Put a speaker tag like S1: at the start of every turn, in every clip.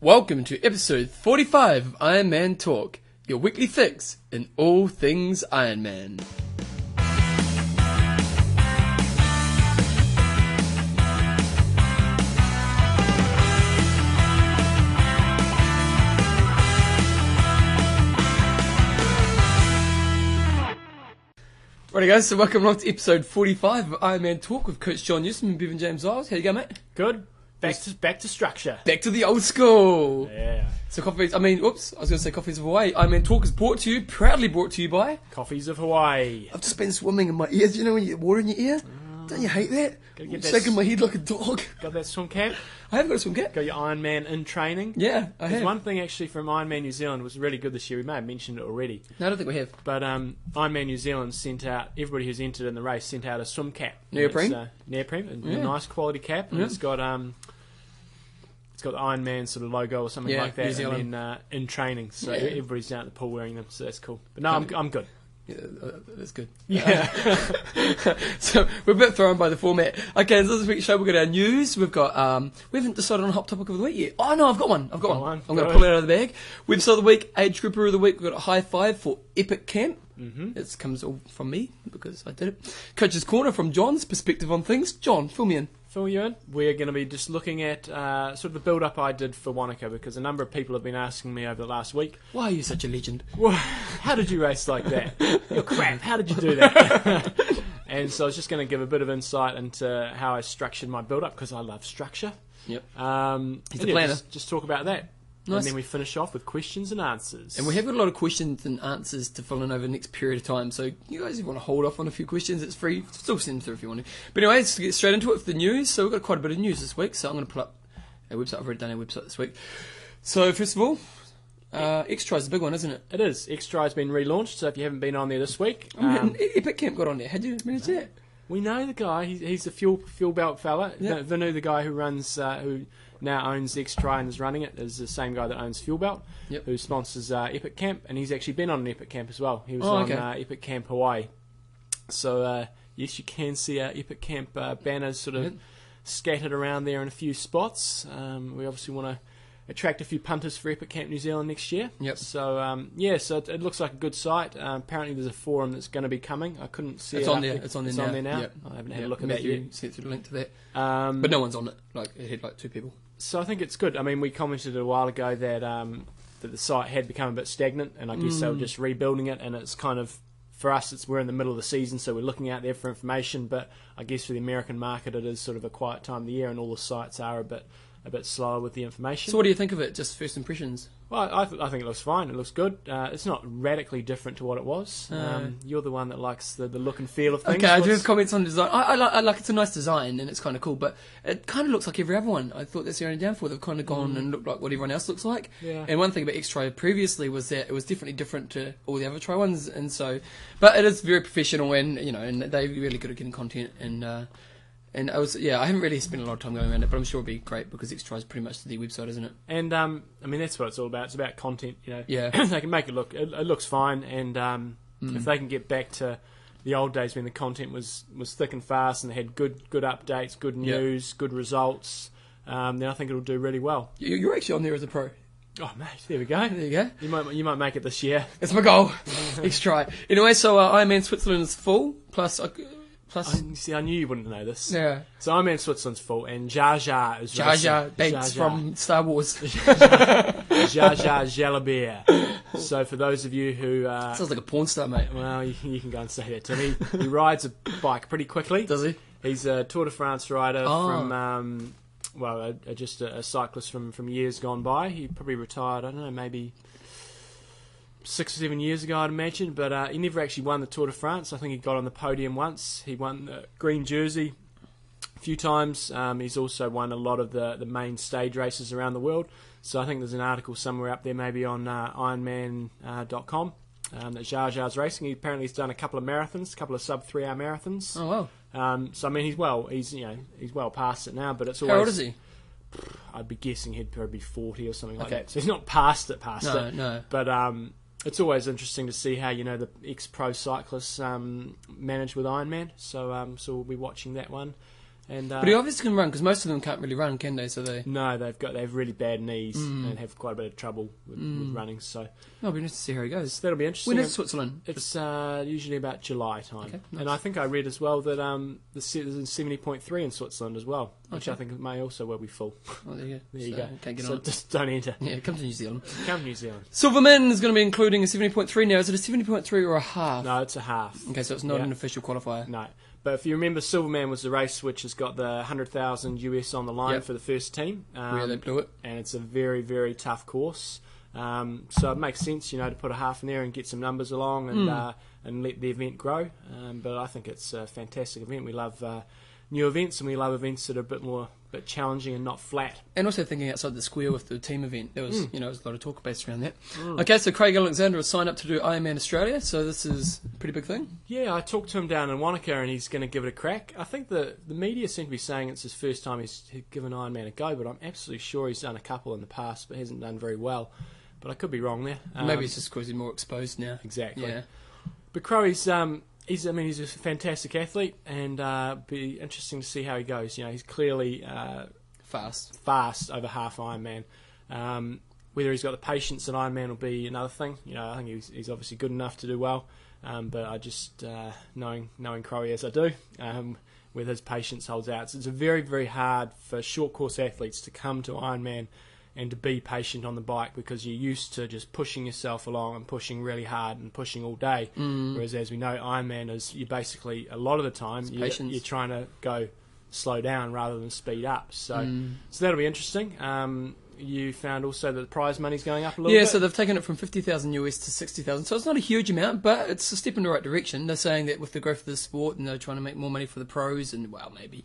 S1: Welcome to episode 45 of Iron Man Talk, your weekly fix in all things Iron Man. Righty guys, so welcome along to episode 45 of Iron Man Talk with Coach John Newsom and Bevan James Isles. How you going, mate?
S2: Good. Back to back to structure.
S1: Back to the old school.
S2: Yeah.
S1: So coffees, I mean, oops, I was going to say coffees of Hawaii. I mean, talk is brought to you, proudly brought to you by.
S2: Coffees of Hawaii.
S1: I've just been swimming in my ears. You know when you get water in your ear, don't you hate that?
S2: Oh. Gotta get
S1: I'm
S2: that
S1: shaking
S2: s-
S1: my head like a dog.
S2: Got that swim cap?
S1: I have got a swim cap.
S2: Got your Iron Man in training?
S1: Yeah, I
S2: There's
S1: have.
S2: one thing actually from Iron Man New Zealand was really good this year. We may have mentioned it already,
S1: No, I don't think we have.
S2: but um, Iron Man New Zealand sent out everybody who's entered in the race sent out a swim cap.
S1: Neoprene?
S2: It's, uh, neoprene, a
S1: Yeah.
S2: a nice quality cap, and
S1: Yeah.
S2: it's got um, it's got the Iron Man sort of logo or something
S1: Yeah,
S2: like that.
S1: New Zealand.
S2: And then uh, in training, so
S1: Yeah.
S2: everybody's down at the pool wearing them, so that's cool. But no, I'm I'm good.
S1: Yeah, uh, that's good. Um,
S2: Yeah.
S1: so we're a bit thrown by the format. Okay, so this week's show we've got our news. We've got um, we haven't decided on a hot topic of the week yet. Oh no, I've got one. I've got one.
S2: Got one.
S1: I'm going to
S2: Go
S1: pull it
S2: ahead.
S1: out of the bag. Website of the week, age grouper of the week. We've got a high five for Epic Camp. Mm-hmm. It comes all from me because I did it. Coach's corner from John's perspective on things. John, fill me in.
S2: Phil you in? We're going to be just looking at uh, sort of the build up I did for Wanaka because a number of people have been asking me over the last week,
S1: Why are you such a legend?
S2: well, how did you race like that? You're crap. How did you do that? and so I was just going to give a bit of insight into how I structured my build up because I love structure.
S1: Yep.
S2: Um,
S1: He's
S2: and
S1: a
S2: yeah,
S1: planner.
S2: Just, just talk about that.
S1: Nice.
S2: And then we finish off with questions and answers.
S1: And we have got a lot of questions and answers to fill in over the next period of time. So you guys, if you want to hold off on a few questions, it's free. Still send them through if you want to. But anyway, let's get straight into it with the news. So we've got quite a bit of news this week. So I'm going to pull up a website. I've already done a website this week. So first of all, uh, X is a big one, isn't it?
S2: It is. Xtri has been relaunched, so if you haven't been on there this week,
S1: I mean,
S2: um,
S1: E- Epic Camp got on there. How do you manage that?
S2: We know the guy. He's, he's the fuel fuel belt fella.
S1: Yeah.
S2: The Vinu, the guy who runs, uh, who now owns X Try and is running it, is the same guy that owns Fuel Belt,
S1: Yep.
S2: who sponsors uh, Epic Camp, and he's actually been on an Epic Camp as well. He was
S1: Oh,
S2: on
S1: okay.
S2: uh, Epic Camp Hawaii. So uh, yes, you can see our Epic Camp uh, banners sort of
S1: Yep.
S2: scattered around there in a few spots. Um, we obviously want to attract a few punters for Epic Camp New Zealand next year.
S1: Yep.
S2: So um, yeah, so it, it looks like a good site. Uh, apparently, there's a forum that's going to be coming. I couldn't see
S1: It's
S2: it
S1: on
S2: up
S1: there. It's on there
S2: it's
S1: now.
S2: on there now.
S1: Yep.
S2: I haven't had
S1: Yeah,
S2: a look at
S1: Matt,
S2: that
S1: you
S2: yet.
S1: sent through the link to that,
S2: Um,
S1: but no one's on it. Like it had like two people.
S2: So I think it's good. I mean, we commented a while ago that um, that the site had become a bit stagnant, and I guess they were
S1: Mm.
S2: just rebuilding it. And it's kind of for us, it's we're in the middle of the season, so we're looking out there for information. But I guess for the American market, it is sort of a quiet time of the year, and all the sites are a bit a bit slower with the information.
S1: So what do you think of it? Just first impressions.
S2: Well, I, th- I think it looks fine. It looks good. Uh, it's not radically different to what it was. um, you're the one that likes the, the look and feel of things.
S1: Uh. Okay, I do
S2: What's-
S1: have comments on design. I, I, like, I like it's a nice design and it's kind of cool, but it kind of looks like every other one. I thought that's the only downfall. They've kind of gone and looked like what everyone else looks like.
S2: Yeah.
S1: And one thing about X Try previously was that it was definitely different to all the other Try ones, and so, but it is very professional and you know, and they're really good at getting content and. Uh, and I was yeah, I haven't really spent a lot of time going around it, but I'm sure it'll be great because X Try is pretty much the website, isn't it?
S2: And um, I mean, that's what it's all about. It's about content, you know.
S1: Yeah. Mm.
S2: they can make it look. It, it looks fine, and um, if they can get back to the old days when the content was, was thick and fast, and they had good good updates, good
S1: Yeah.
S2: news, good results, um, then I think it'll do really well.
S1: You- You're actually on there as a pro.
S2: Oh, mate, there we go.
S1: There you go.
S2: You might you might make it this year.
S1: It's my goal. X Try. Anyway, so uh, Ironman Switzerland is full. Plus, uh, plus.
S2: I, see, I knew you wouldn't know this.
S1: yeah.
S2: So I'm in Switzerland's full, and Jar Jar is
S1: Jar Jar
S2: racing.
S1: Binks
S2: Jar Jar.
S1: from Star Wars.
S2: Jar Jar Jalabert. so for those of you who uh,
S1: Sounds like a porn star, mate.
S2: Well, you, you can go and say that to me. He rides a bike pretty quickly.
S1: Does he?
S2: He's a Tour de France rider
S1: Oh.
S2: from, um, well, a, a, just a, a cyclist from, from years gone by. He probably retired, I don't know, maybe six or seven years ago, I'd imagine. But uh, he never actually won the Tour de France. I think he got on the podium once. He won the green jersey a few times. Um, he's also won a lot of the, the main stage races around the world. So I think there's an article somewhere up there, maybe on uh, Ironman.com, um, that Jar Jar's racing. He apparently has done a couple of marathons, a couple of sub three hour marathons.
S1: Oh wow.
S2: Um, so I mean, he's well, he's you know, he's well past it now. But it's always
S1: How old is he?
S2: I'd be guessing he'd probably be forty or something like
S1: Okay.
S2: that. So he's not past it, past
S1: No,
S2: it.
S1: no.
S2: But um, it's always interesting to see how you know the ex-pro cyclists um, manage with Ironman. So um, so we'll be watching that one. And uh,
S1: But he obviously can run because most of them can't really run, can they? So they.
S2: no, they've got they have really bad knees
S1: Mm.
S2: and have quite a bit of trouble with, with
S1: Mm.
S2: running. So
S1: No, it'll be nice to see how he goes.
S2: that'll be interesting.
S1: When is Switzerland?
S2: It's uh, usually about July time,
S1: Okay,
S2: and I
S1: nice.
S2: think I read as well that um, the se- there's a seventy point three in Switzerland as well, which
S1: Okay.
S2: I think may also will be full.
S1: Oh, there you go.
S2: There you
S1: So,
S2: go.
S1: Can't get
S2: so
S1: on it.
S2: just don't enter.
S1: Yeah, come to New Zealand.
S2: Come New Zealand.
S1: Silverman is going to be including a 70.3 now. Is it a 70.3 or a half?
S2: No, it's a half.
S1: Okay, so it's not
S2: Yeah.
S1: an official qualifier.
S2: No, but if you remember, Silverman was the race which has got the hundred thousand US on the line
S1: Yep.
S2: for the first team. Um,
S1: yeah, they blew it.
S2: and it's a very very tough course. Um, so it makes sense, you know, to put a half in there and get some numbers along and
S1: Mm.
S2: uh, and let the event grow. Um, but I think it's a fantastic event. We love uh, new events and we love events that are a bit more bit challenging and not flat.
S1: And also thinking outside the square with the team event, there was you know there was a lot of talk based around that. Okay, so Craig Alexander has signed up to do Ironman Australia, so this is a pretty big thing.
S2: Yeah, I talked to him down in Wanaka and he's going to give it a crack. I think the the media seem to be saying it's his first time he's he's given Ironman a go, but I'm absolutely sure he's done a couple in the past, but hasn't done very well. But I could be wrong there. Um,
S1: Maybe it's just because he's more exposed now.
S2: exactly.
S1: Yeah,
S2: But Crowley's, um, he's, I mean, he's a fantastic athlete, and uh, be interesting to see how he goes. You know, he's clearly uh,
S1: fast.
S2: fast over half Ironman. Um, whether he's got the patience at Ironman will be another thing. You know, I think he's, he's obviously good enough to do well, um, but I just uh, knowing knowing Crowley as I do, um, with his patience holds out. So it's very very hard for short course athletes to come to Ironman and to be patient on the bike because you're used to just pushing yourself along and pushing really hard and pushing all day. Whereas as we know, Ironman is you basically a lot of the time you,
S1: patience.
S2: you're trying to go slow down rather than speed up. So.
S1: Mm.
S2: So that'll be interesting. Um, you found also that the prize money's going up a little
S1: Yeah,
S2: bit.
S1: so they've taken it from 50,000 US to 60,000. So it's not a huge amount, but it's a step in the right direction. They're saying that with the growth of the sport and they're trying to make more money for the pros and, well, maybe.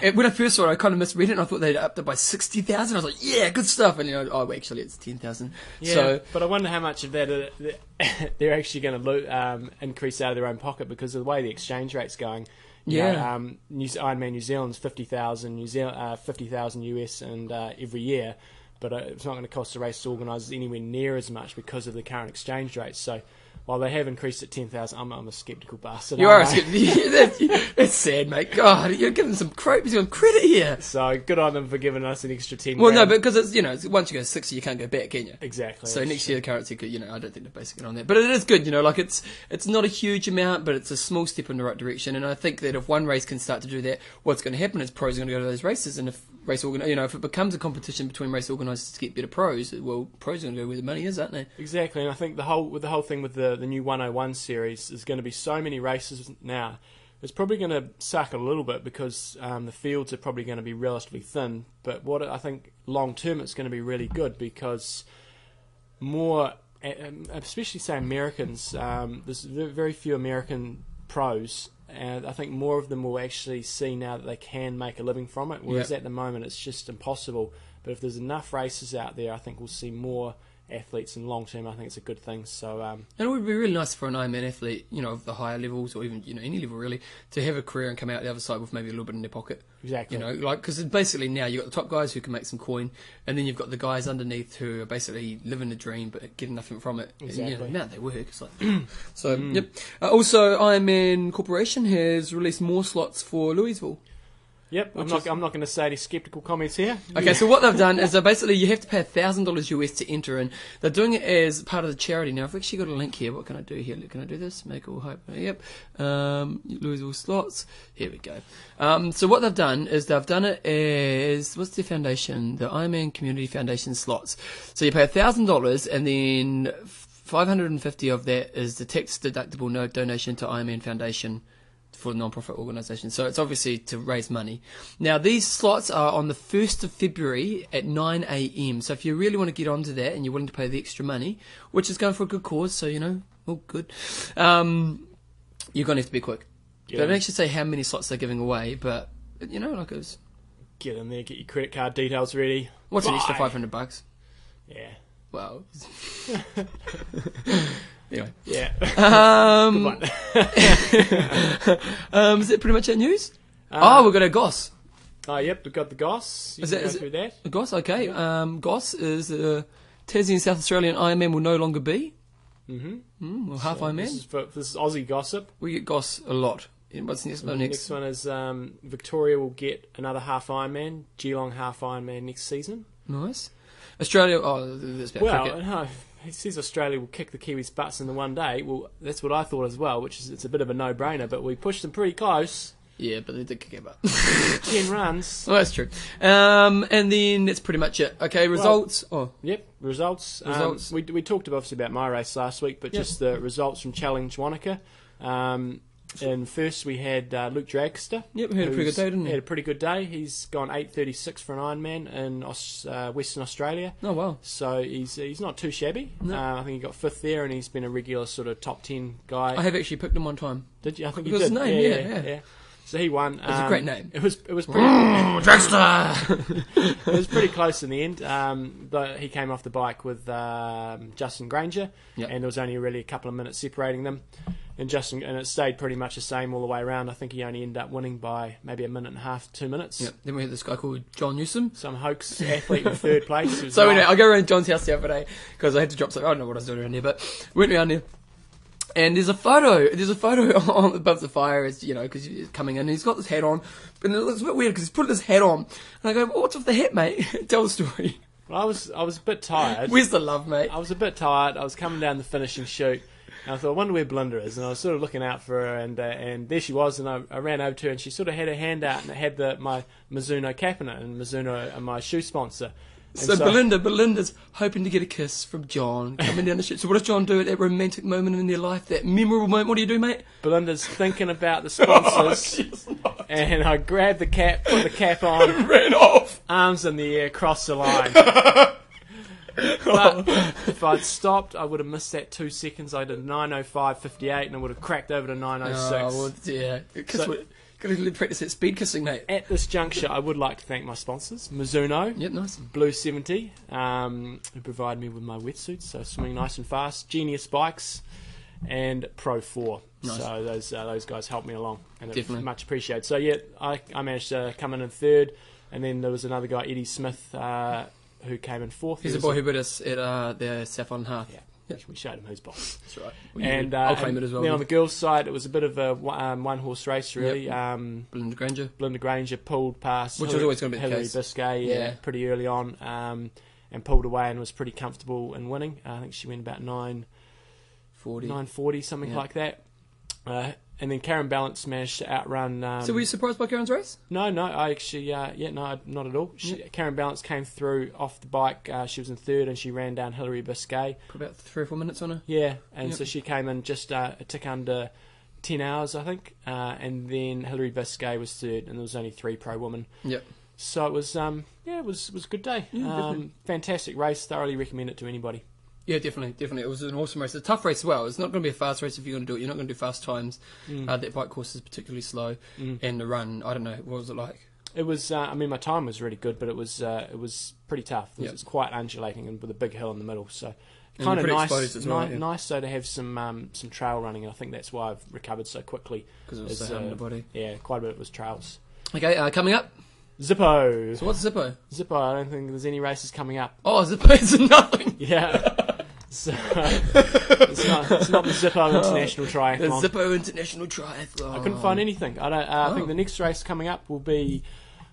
S1: And When I first saw it, I kind of misread it and I thought they'd upped it by 60,000. I was like, yeah, good stuff. And, you know, oh, actually, it's 10,000.
S2: yeah,
S1: So,
S2: but I wonder how much of that uh, that- they're actually going to lo- um, increase out of their own pocket because of the way the exchange rate's going. You
S1: Yeah.
S2: know, um, New- Ironman New Zealand's fifty thousand New Zealand, uh, fifty thousand US, and uh, every year, but uh, it's not going to cost the race organisers anywhere near as much because of the current exchange rates. So, while they have increased it ten thousand, I'm, I'm a sceptical bastard.
S1: you are
S2: aren't
S1: a
S2: I?
S1: skip. it's sad, mate. God, you're giving some credit, you're giving credit here.
S2: So good on them for giving us an extra ten.
S1: Well, no,
S2: grand.
S1: but because it's, you know, it's- once you go 60, you can't go back, can you?
S2: exactly.
S1: So next year the currency could, you know, I don't think they're basing it on that, but it is good, you know, like it's it's not a huge amount, but it's a small step in the right direction. And I think that if one race can start to do that, what's going to happen is pros are going to go to those races, and if race organ, you know, if it becomes a competition between race organisers to get better pros, well, pros are going to go where the money is, aren't they?
S2: Exactly, and I think the whole with the whole thing with the the new 101 series is going to be so many races now. It's probably going to suck a little bit because um, the fields are probably going to be relatively thin. But what I think long term, it's going to be really good because more, um, especially say Americans, um, there's ve- very few American pros, and I think more of them will actually see now that they can make a living from it. Whereas
S1: Yep.
S2: at the moment, it's just impossible. But if there's enough races out there, I think we'll see more athletes, and long term, I think it's a good thing. So um,
S1: And it would be really nice for an Ironman athlete, you know, of the higher levels or even you know any level really, to have a career and come out the other side with maybe a little bit in their pocket.
S2: exactly,
S1: You know, like because basically now you've got the top guys who can make some coin, and then you've got the guys underneath who are basically living the dream but getting nothing from it. And, you know,
S2: Exactly. Mm.
S1: the amount they work, it's like. so yep. Uh, also, Ironman Corporation has released more slots for Louisville.
S2: Yep, I'm
S1: Which
S2: not.
S1: is-
S2: I'm not going to say any skeptical comments here.
S1: Okay, so what they've done is they basically you have to pay thousand dollars US to enter, and they're doing it as part of the charity. Now I've actually got a link here. What can I do here? Can I do this? Make all hype. Yep. Um, Louisville slots. Here we go. Um, so what they've done is they've done it as what's their foundation? The Ironman Community Foundation slots. So you pay thousand dollars, and then five hundred and fifty of that is the tax deductible no donation to Ironman Foundation for non-profit organisations. So it's obviously to raise money. Now these slots are on the first of February at nine a.m. So if you really want to get onto that and you're willing to pay the extra money, which is going for a good cause, so you know, all good. Um, you're going to have to be quick.
S2: Get
S1: They don't
S2: in,
S1: actually say how many slots they're giving away, but you know, like it was
S2: get in there, get your credit card details ready.
S1: what's an extra
S2: Bye.
S1: five hundred bucks?
S2: Yeah,
S1: Wow. anyway,
S2: yeah.
S1: um,
S2: Good
S1: um, is that pretty much our news?
S2: Uh,
S1: oh, we've got our goss.
S2: Oh, yep, we've got the goss. You
S1: Is
S2: can
S1: it-
S2: go
S1: is it-
S2: through that.
S1: Goss, okay. Um, Goss is uh, Tassie and South Australian Ironman will no longer be.
S2: Mm-hmm.
S1: Mm, well, half
S2: This
S1: Ironman.
S2: is, for, this is Aussie gossip.
S1: We get Goss a lot. And what's next? Oh,
S2: The
S1: next.
S2: Mm, next one is um, Victoria will get another half Ironman, Geelong half Ironman next season.
S1: Nice. Australia. Oh, that's about
S2: well, uh,
S1: cricket.
S2: no, he says Australia will kick the Kiwis' butts in the one day. Well, that's what I thought as well, which is it's a bit of a no-brainer. But we pushed them pretty close,
S1: Yeah, but they did kick it up.
S2: ten runs.
S1: Oh, that's true. Um, and then that's pretty much it. Okay, results. oh,
S2: Yep, results.
S1: Results.
S2: Um, we we talked obviously about my race last week, but
S1: Yep.
S2: just the results from Challenge Wanaka. Um, and first we had uh, Luke Dragster.
S1: Yep, he had a pretty
S2: who's-
S1: good day, didn't he?
S2: Had a pretty good day. He's gone eight thirty-six for an Ironman in Aus- uh, Western Australia.
S1: oh wow.
S2: So he's he's not too shabby.
S1: No.
S2: Uh, I think he got fifth there, and he's been a regular sort of top ten guy.
S1: I have actually picked him one time.
S2: Did you? I think you
S1: Because
S2: did.
S1: his name,
S2: yeah,
S1: yeah, yeah.
S2: So he won. It
S1: was a great name.
S2: It was. It was pretty.
S1: Dragster.
S2: it was pretty close in the end. Um, but he came off the bike with um, Justin Granger,
S1: Yep.
S2: and there was only really a couple of minutes separating them. And Justin, and it stayed pretty much the same all the way around. I think he only ended up winning by maybe a minute and a half, two minutes.
S1: Yep. Then we had this guy called John Newsom.
S2: Some hoax athlete in third place. who was
S1: So anyway,
S2: like-
S1: I go around John's house the other day because I had to drop something. I don't know what I was doing around there, but went around there. And there's a photo. There's a photo on above the fire, as you know, because he's coming in. And he's got this hat on, and it looks a bit weird because he's put this hat on. And I go, well, "What's with the hat, mate? Tell the story.
S2: well, I was I was a bit tired.
S1: Where's the love, mate?
S2: I was a bit tired. I was coming down the finishing chute, and I thought, I wonder where Belinda is. And I was sort of looking out for her, and uh, and there she was. And I, I ran over to her, and she sort of had her hand out, and it had the my Mizuno cap in it, and Mizuno are my shoe sponsor. And
S1: So, Belinda, Belinda's hoping to get a kiss from John coming down the street. So what does John do at that romantic moment in their life, that memorable moment? What do you do, mate?
S2: Belinda's thinking about the
S1: Oh,
S2: sponsors, and I grabbed the cap, put the cap on,
S1: Ran off.
S2: arms in the air, crossed the line. But if I'd stopped, I would have missed that two seconds. I did 9.05.58 and I would have cracked over to 9.06.
S1: Oh, well, yeah. Kiss
S2: So-
S1: with- Gotta practice that speed kissing, mate.
S2: At this juncture, I would like to thank my sponsors, Mizuno,
S1: Yep, nice.
S2: Blue 70, um, who provide me with my wetsuits, so swimming nice and fast, Genius Bikes, and Pro 4.
S1: Nice.
S2: So those uh, those guys helped me along, and it's
S1: Definitely.
S2: much appreciated. So yeah, I, I managed to come in in third, and then there was another guy, Eddie Smith, uh, who came in fourth.
S1: He's
S2: He
S1: a
S2: was
S1: boy who bit us at uh, the Saffron Hearth.
S2: Yeah, we showed him who's boss.
S1: That's right.
S2: and uh,
S1: I'll claim it
S2: and
S1: as well.
S2: Then on
S1: then.
S2: the girls' side, it was a bit of a one- um, one-horse race, really.
S1: Yep.
S2: Um,
S1: Belinda Granger.
S2: Belinda Granger pulled past,
S1: Which was
S2: Hillary-
S1: always gonna be the
S2: Hillary
S1: case.
S2: Biscay, yeah,
S1: Yeah.
S2: pretty early on, um, and pulled away and was pretty comfortable in winning. Uh, I think she went about nine
S1: 40.
S2: nine forty something
S1: Yeah.
S2: like that. Uh, and then Karen Balance managed to outrun. Um,
S1: so were you surprised by Karen's race?
S2: no, no, I actually, uh, yeah, no, not at all. She, Karen Balance came through off the bike. Uh, she was in third, and she ran down Hillary Biscay.
S1: Put about three or four minutes on her.
S2: Yeah, and
S1: Yep.
S2: so she came in just uh, a tick under 10 hours, I think. Uh, and then Hilary Vasquet was third, and there was only three pro women.
S1: Yep.
S2: So it was, um, yeah, it was, it was a good day.
S1: Yeah, definitely.
S2: um, fantastic race. Thoroughly recommend it to anybody.
S1: Yeah, definitely, definitely. It was an awesome race. It's a tough race as well. It's not going to be a fast race if you're going to do it. You're not going to do fast times.
S2: Mm.
S1: Uh, that bike course is particularly slow, and the run. I don't know what was it like.
S2: It was, uh, I mean, my time was really good, but it was, uh, it was pretty tough. It was,
S1: Yep.
S2: it was quite undulating and with a big hill in the middle. So
S1: you're
S2: kind of
S1: pretty
S2: nice,
S1: exposed as well,
S2: ni-
S1: yeah.
S2: nice though to have some, um, some trail running. I think that's why I've recovered so quickly.
S1: 'Cause it was
S2: It's,
S1: so hard on
S2: uh,
S1: the body.
S2: Yeah, quite a bit of it was trails.
S1: Okay, uh, coming up.
S2: Zippo.
S1: So what's Zippo?
S2: Zippo, I don't think there's any races coming up.
S1: Oh, Zippo is nothing.
S2: Yeah. So, uh, it's, not, it's not the Zippo
S1: Oh.
S2: International
S1: The
S2: Triathlon.
S1: Zippo International Triathlon.
S2: I couldn't find anything. I, don't, uh, I
S1: Oh.
S2: think the next race coming up will be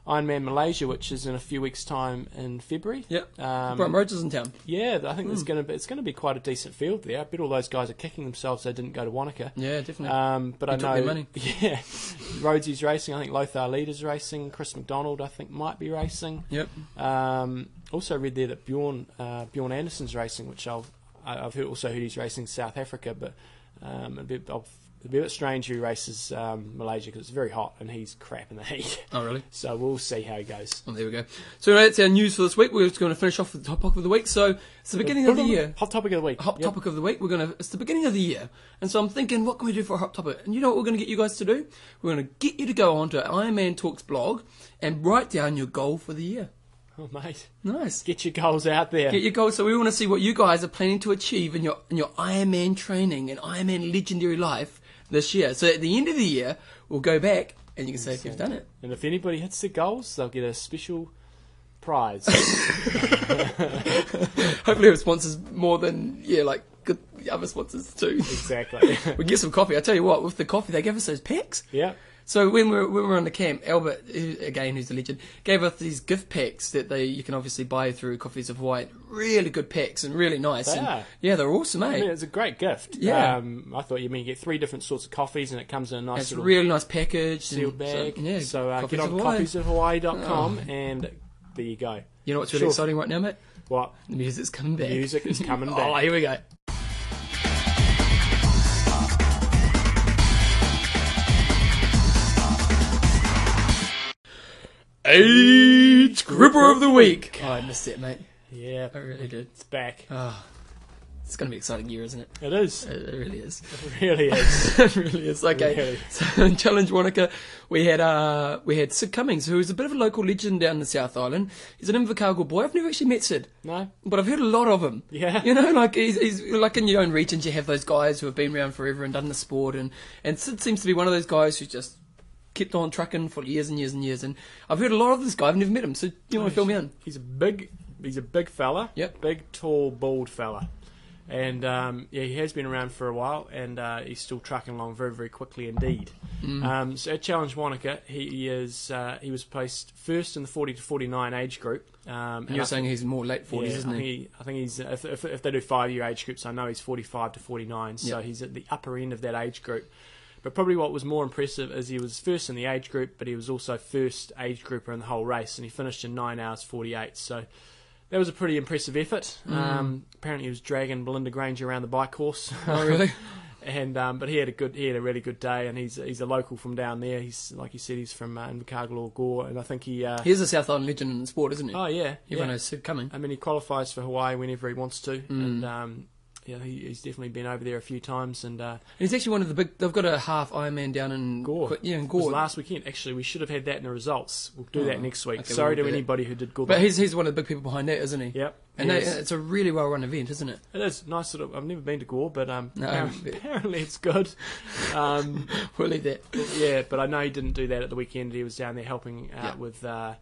S2: Ironman Malaysia, which is in a few weeks' time in February.
S1: Yep. Hmm. Brian
S2: Um,
S1: Rhodes is in town.
S2: yeah, I think there's going to be it's going to be quite a decent field there. I bet all those guys are kicking themselves they didn't go to Wanaka.
S1: Yeah, definitely.
S2: Um, but I
S1: took
S2: know,
S1: their money.
S2: yeah, Rhodesi's racing. I think Lothar Leader's racing. Chris McDonald, I think, might be racing.
S1: yep.
S2: Um, also read there that Bjorn uh, Bjorn Anderson's racing, which I'll, I- I've heard, also heard he's racing South Africa, but um, it'd, be, I'll, it'd be a bit strange if he races um, Malaysia because it's very hot and he's crap in the heat.
S1: Oh, really?
S2: so we'll see how he goes.
S1: Oh, there we go. So anyway, that's our news for this week. We're just going to finish off with the topic of the week. So it's the beginning of the year.
S2: Hot topic of the week.
S1: Hot
S2: Yep.
S1: topic of the week. We're gonna. It's the beginning of the year, and so I'm thinking, what can we do for a hot topic? And you know what we're gonna get you guys to do? We're gonna get you to go onto our Iron Man Talks blog and write down your goal for the year.
S2: Oh, mate,
S1: Nice.
S2: get your goals out there.
S1: Get your goal. So we want to see what you guys are planning to achieve in your in your Iron Man training and Iron Man legendary life this year. So at the end of the year, we'll go back and you can say if you've done it.
S2: and if anybody hits their goals, they'll get a special prize.
S1: Hopefully, it sponsors more than yeah, like good the other sponsors too.
S2: Exactly.
S1: we get some coffee. I tell you what, with the coffee they give us those packs.
S2: yeah.
S1: So when we were, when we were on the camp, Albert, who, again, who's the legend, gave us these gift packs that they you can obviously buy through Coffees of Hawaii. Really good packs and really nice.
S2: They
S1: and,
S2: are.
S1: Yeah, they're awesome, eh?
S2: I mean, it's a great gift.
S1: Yeah.
S2: Um, I thought you mean you get three different sorts of coffees and it comes in a nice
S1: it's a
S2: little
S1: really nice package.
S2: sealed
S1: and Mm, so-
S2: bag. So,
S1: yeah,
S2: uh,
S1: Coffees
S2: get
S1: of
S2: on
S1: Oh. Hawaii.
S2: coffeesofhawaii.com and there you go.
S1: You know what's really
S2: Sure.
S1: exciting right now, mate?
S2: What?
S1: The music's coming back.
S2: Music is coming
S1: Oh,
S2: back.
S1: here we go. Age Gripper of the Week. Oh, I missed it, mate.
S2: Yeah,
S1: I really did.
S2: it's back.
S1: Oh, it's going to be an exciting year, isn't it?
S2: It is.
S1: It it really is.
S2: It really is.
S1: it really is. Okay.
S2: Really.
S1: So in Challenge Wanaka, we had uh, we had Sid Cummings, who is a bit of a local legend down in the South Island. He's an Invercargill boy. I've never actually met Sid,
S2: No?
S1: but I've heard a lot of him.
S2: Yeah.
S1: You know, like he's, he's like in your own regions, you have those guys who have been around forever and done the sport, and and Sid seems to be one of those guys who just kept on trucking for years and years and years. And I've heard a lot of this guy. I've never met him, so you want to fill me in?
S2: He's a big, he's a big fella.
S1: Yep.
S2: Big, tall, bald fella. And um, yeah, he has been around for a while, and uh, he's still trucking along very, very quickly indeed.
S1: Mm.
S2: Um, so at Challenge Wanaka, he is uh, he was placed first in the 40 to 49 age group. Um,
S1: And you're saying he's more late forties,
S2: yeah, I
S1: isn't
S2: think
S1: he?
S2: he? I think he's if, if, if they do five year age groups, I know he's forty five to forty nine, so
S1: Yeah.
S2: he's at the upper end of that age group. But probably what was more impressive is he was first in the age group, but he was also first age grouper in the whole race, and he finished in nine hours forty eight. So that was a pretty impressive effort.
S1: Mm.
S2: Um, apparently, he was dragging Belinda Granger around the bike course.
S1: Oh, really?
S2: And um, but he had a good he had a really good day, and he's he's a local from down there. He's like you said, he's from uh, Invercargill or Gore, and I think he. Uh,
S1: He's a South Island legend in the sport, isn't he?
S2: oh yeah, yeah.
S1: Everyone knows Sid Cummings.
S2: I mean, he qualifies for Hawaii whenever he wants to,
S1: Hmm.
S2: and um, yeah, he, he's definitely been over there a few times. And uh,
S1: And he's actually one of the big. They've got a half Ironman down in
S2: Gore,
S1: Yeah, in
S2: it was
S1: Gore.
S2: last weekend actually, we should have had that in the results. We'll do that
S1: Oh,
S2: next week.
S1: okay,
S2: Sorry
S1: we'll
S2: to
S1: do that.
S2: anybody who did Gore.
S1: but he's he's one of the big people behind that, isn't he?
S2: yep,
S1: And
S2: he
S1: they- uh,
S2: is.
S1: it's a really well run event, isn't it?
S2: it is nice. Little, I've never been to Gore, but um,
S1: No,
S2: apparently,
S1: but-
S2: apparently it's good. Um,
S1: We'll leave that.
S2: but yeah, but I know he didn't do that at the weekend. He was down there helping out
S1: Yeah.
S2: with. Uh,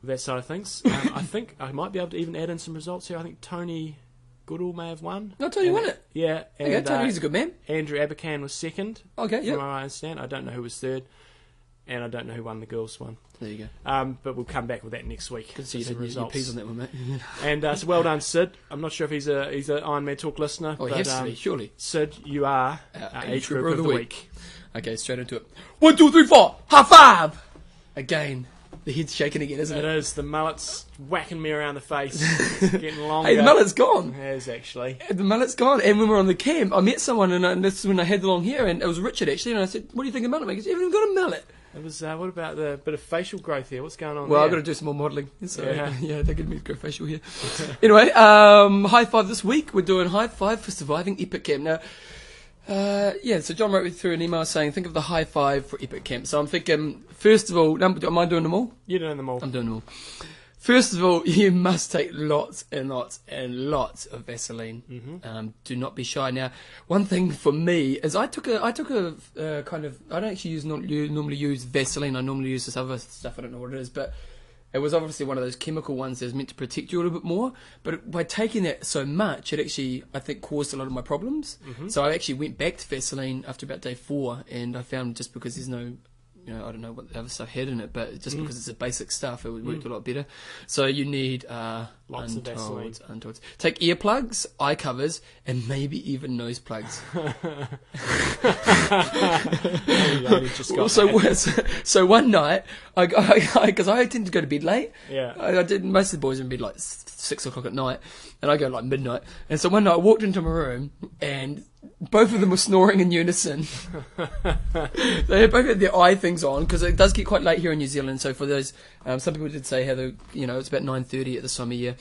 S2: with that side of things, um, I think I might be able to even add in some results here. I think Tony Goodall may have won.
S1: No, Tony
S2: And-
S1: Oh, won it.
S2: Yeah, and
S1: Okay, Tony,
S2: uh,
S1: he's a good man.
S2: Andrew Abercan was second,
S1: Okay,
S2: from
S1: yeah.
S2: what I understand. I don't know who was third, and I don't know who won the girls' one.
S1: There you go.
S2: Um, but we'll come back with that next week.
S1: Good to see you did
S2: Some
S1: your, your
S2: results.
S1: piece on that one, mate.
S2: And uh, so well done, Sid. I'm not sure if he's a he's an Iron Man Talk listener,
S1: oh,
S2: but
S1: he has to
S2: um,
S1: be, surely.
S2: Sid, you are uh,
S1: Uh,
S2: age group of, the week.
S1: Okay, straight into it. One, two, three, four. High five. Again, the head's shaking again, isn't
S2: It
S1: it?
S2: is the mullet's whacking me around the face, It's getting longer.
S1: Hey, the mullet's gone.
S2: It is actually.
S1: the mullet's gone. And when we were on the camp, I met someone, and, I, and this is when I had the long hair, and it was Richard actually. And I said, "What do you think of mullet?" mate?" He goes, "You haven't even got a mullet."
S2: It was. Uh, what about the bit of facial growth here? What's going on?
S1: Well, I've got
S2: there?
S1: to do some more modelling. So, yeah,
S2: Yeah.
S1: they're going to go facial here. anyway, um, high five this week. We're doing high five for surviving Epic Camp. Now, uh, yeah, so John wrote me through an email saying, think of the high five for Epic Camp. So I'm thinking, first of all, number, am I doing them all?
S2: You don't know them all.
S1: I'm doing them all. First of all, you must take lots and lots and lots of Vaseline.
S2: Mm-hmm.
S1: Um, do not be shy. Now, one thing for me is I took a I took a uh, kind of I don't actually use not u- normally use Vaseline. I normally use this other stuff. I don't know what it is, but it was obviously one of those chemical ones that's meant to protect you a little bit more. But it- by taking that so much, it actually I think caused a lot of my problems. So I actually went back to Vaseline after about day four, and I found just because there's no you know, I don't know what the other stuff had in it, but
S2: Mm.
S1: just because it's the basic stuff, it worked a lot better. So you need uh,
S2: Lots of Vaseline.
S1: untold, untold. Take earplugs, eye covers, and maybe even nose plugs.
S2: You only just got
S1: also, worse. So one night, I because I, tend to go to bed late.
S2: Yeah.
S1: I, I did. Most of the boys are in bed like s- six o'clock at night, and I go like midnight. And so one night, I walked into my room, and both of them were snoring in unison. they had both had their eye things on because it does get quite late here in New Zealand. So for those, um, some people did say how the you know it's about nine thirty at this time of year,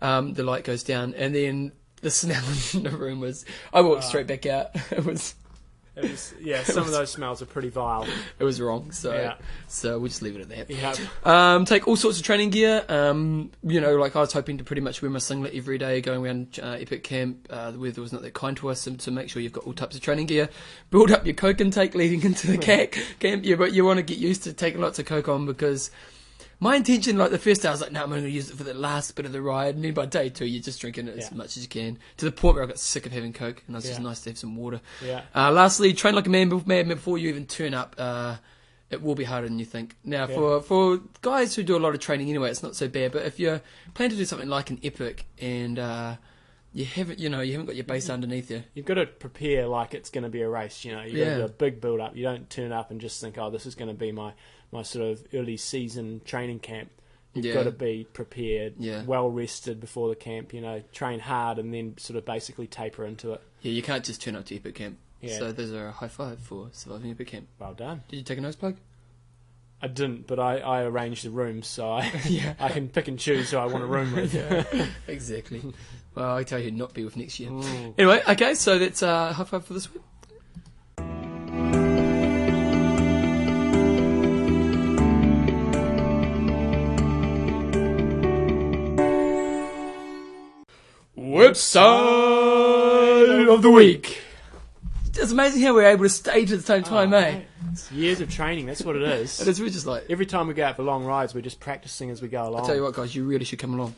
S1: um, the light goes down, and then. The smell in the room was. I walked straight back out. It was.
S2: It was, yeah, some of those smells are pretty vile.
S1: It was wrong. So.
S2: Yeah.
S1: So we'll just leave it at that.
S2: Yeah.
S1: Um, take all sorts of training gear. Um, you know, like I was hoping to pretty much wear my singlet every day going around uh, Epic Camp. Uh, the weather was not that kind to us, so to make sure you've got all types of training gear. Build up your
S2: Hmm.
S1: coke intake leading into the cac camp. You, but you want to get used to taking lots of coke on because My intention, like the first day, I was like, no, I'm only going to use it for the last bit of the ride. And then by day two, you're just drinking it as
S2: Yeah.
S1: much as you can. To the point where I got sick of having Coke, and it was just
S2: Yeah.
S1: nice to have some water.
S2: Yeah.
S1: Uh, lastly, train like a man, be- man before you even turn up. Uh, it will be harder than you think. Now,
S2: Yeah.
S1: for for guys who do a lot of training anyway, it's not so bad. But if you're planning to do something like an epic and uh, you haven't, you know, you haven't got your base underneath you.
S2: You've got to prepare like it's going to be a race. You know, you've got
S1: Yeah.
S2: to do a big build up. You don't turn up and just think, oh, this is going to be my, my sort of early season training camp. You've
S1: Yeah.
S2: got to be prepared,
S1: Yeah.
S2: well rested before the camp. You know, train hard and then sort of basically taper into it.
S1: Yeah, you can't just turn up to epic camp.
S2: Yeah.
S1: So those are a high five for surviving epic camp.
S2: Well done.
S1: Did you take a nose plug?
S2: I didn't, but I, I arranged the room so I,
S1: yeah.
S2: I can pick and choose who I want a room with.
S1: Exactly. well, I tell you, not be with next year.
S2: Ooh.
S1: Anyway, okay, so that's uh, high five for this week. Website of the week. It's amazing how we're able to stage at the same time, eh?
S2: mate, it's years of training. That's what it is.
S1: It is. We're just like
S2: Every time we go out for long rides, we're just practicing as we go along.
S1: I tell you what, guys, you really should come along.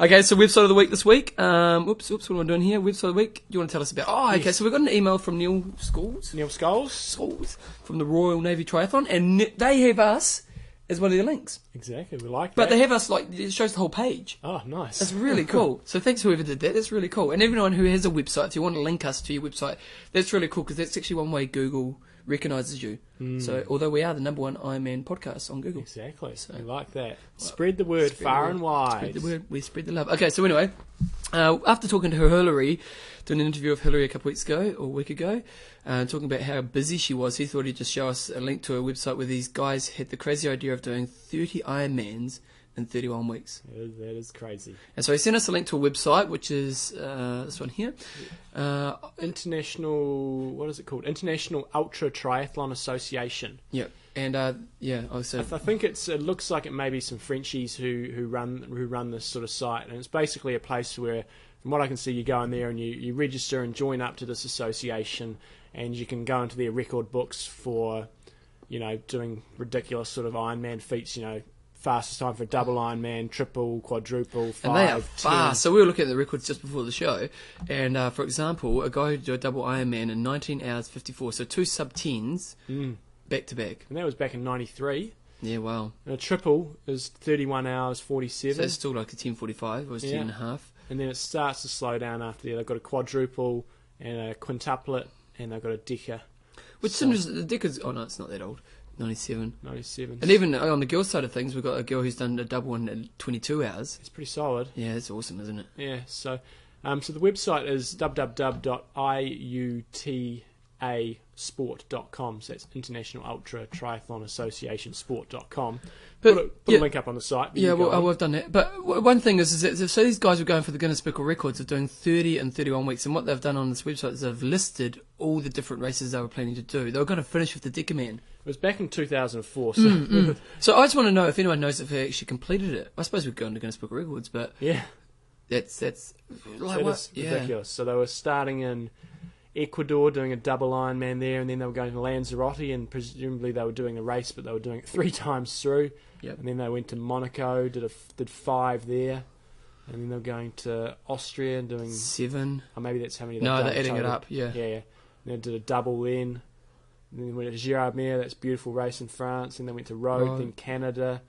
S1: Okay, so website of the week this week. Um, whoops, whoops, what am I doing here? Website of the week. You want to tell us about? Oh, okay.
S2: Yes.
S1: So we got an email from Neil Schools,
S2: Neil Scholes.
S1: Schools from the Royal Navy Triathlon, and ne- they have us as one of their links.
S2: Exactly. We like
S1: But
S2: that.
S1: they have us like it shows the whole page.
S2: Oh, nice.
S1: That's really cool. So thanks whoever did that. That's really cool. And everyone who has a website, if you want to link us to your website, that's really cool because that's actually one way Google recognizes you. So although we are the number one Ironman podcast on Google.
S2: Exactly.
S1: So-
S2: we like that. Spread the word
S1: spread the
S2: far
S1: word.
S2: and wide.
S1: Spread the word. We spread the love. Okay, so anyway, uh, after talking to Hillary, doing an interview with Hillary a couple weeks ago or a week ago, uh, talking about how busy she was, he thought he'd just show us a link to a website where these guys had the crazy idea of doing 30 Ironmans in 31 weeks.
S2: That is- that is crazy.
S1: And so he sent us a link to a website, which is uh, this one here. Uh,
S2: International, what is it called? International Ultra Triathlon Association.
S1: yeah, and uh, yeah, oh, so
S2: I, th- I think it's. It looks like it may be some Frenchies who, who run who run this sort of site, and it's basically a place where, from what I can see, you go in there and you, you register and join up to this association, and you can go into their record books for, you know, doing ridiculous sort of Ironman feats. You know, fastest time for double Ironman, triple, quadruple,
S1: And
S2: five,
S1: they are
S2: 10.
S1: fast. So we were looking at the records just before the show, and uh, for example, a guy who did a double Ironman in 19 hours 54, so two sub tens back to back.
S2: Mm. and that was back in '93.
S1: Yeah, wow.
S2: And a triple is 31 hours
S1: So
S2: 47,
S1: that's still like a 10:45 or a
S2: Yeah.
S1: 10 and a half.
S2: and then it starts to slow down after that. They've got a quadruple and a quintuplet, and they've got a deca.
S1: Which
S2: So-
S1: seems the Dickers. Oh no, it's not that old. 97.
S2: 97.
S1: And even on the girl side of things, we've got a girl who's done a double in 22 hours.
S2: it's pretty solid.
S1: Yeah, that's awesome, isn't it?
S2: Yeah. So, um, so the website is www.iutasport.com. So it's International Ultra Triathlon Association Sport.com.
S1: But-
S2: Put, a, put
S1: yeah.
S2: a link up on the site.
S1: Yeah,
S2: You
S1: well,
S2: go
S1: I
S2: on.
S1: would have done that. But w- one thing is, is that so these guys were going for the Guinness Book of Records of doing 30 and 31 weeks, and what they've done on this website is they've listed all the different races they were planning to do. They were going to finish with the Decaman.
S2: It was back in 2004. So,
S1: Mm,
S2: mm.
S1: So I just want to know if anyone knows if they actually completed it. I suppose we'd go into Guinness Book of Records, but
S2: yeah,
S1: that's that's like what?
S2: that Mm-hmm. is
S1: yeah.
S2: ridiculous. So they were starting in Ecuador doing a double Ironman there, and then they were going to Lanzarote, and presumably they were doing the race, but they were doing it three times through.
S1: Yep.
S2: And then they went to Monaco, did a, did five there, and then they were going to Austria and doing.
S1: Seven.
S2: Or Oh, maybe that's how many. they've
S1: No,
S2: done
S1: they're adding it
S2: total.
S1: up. Yeah.
S2: Yeah, yeah. And then did a double then. And then went to Girardmer, that's a beautiful race in France. And then went to Rhodes,
S1: Right.
S2: then Canada.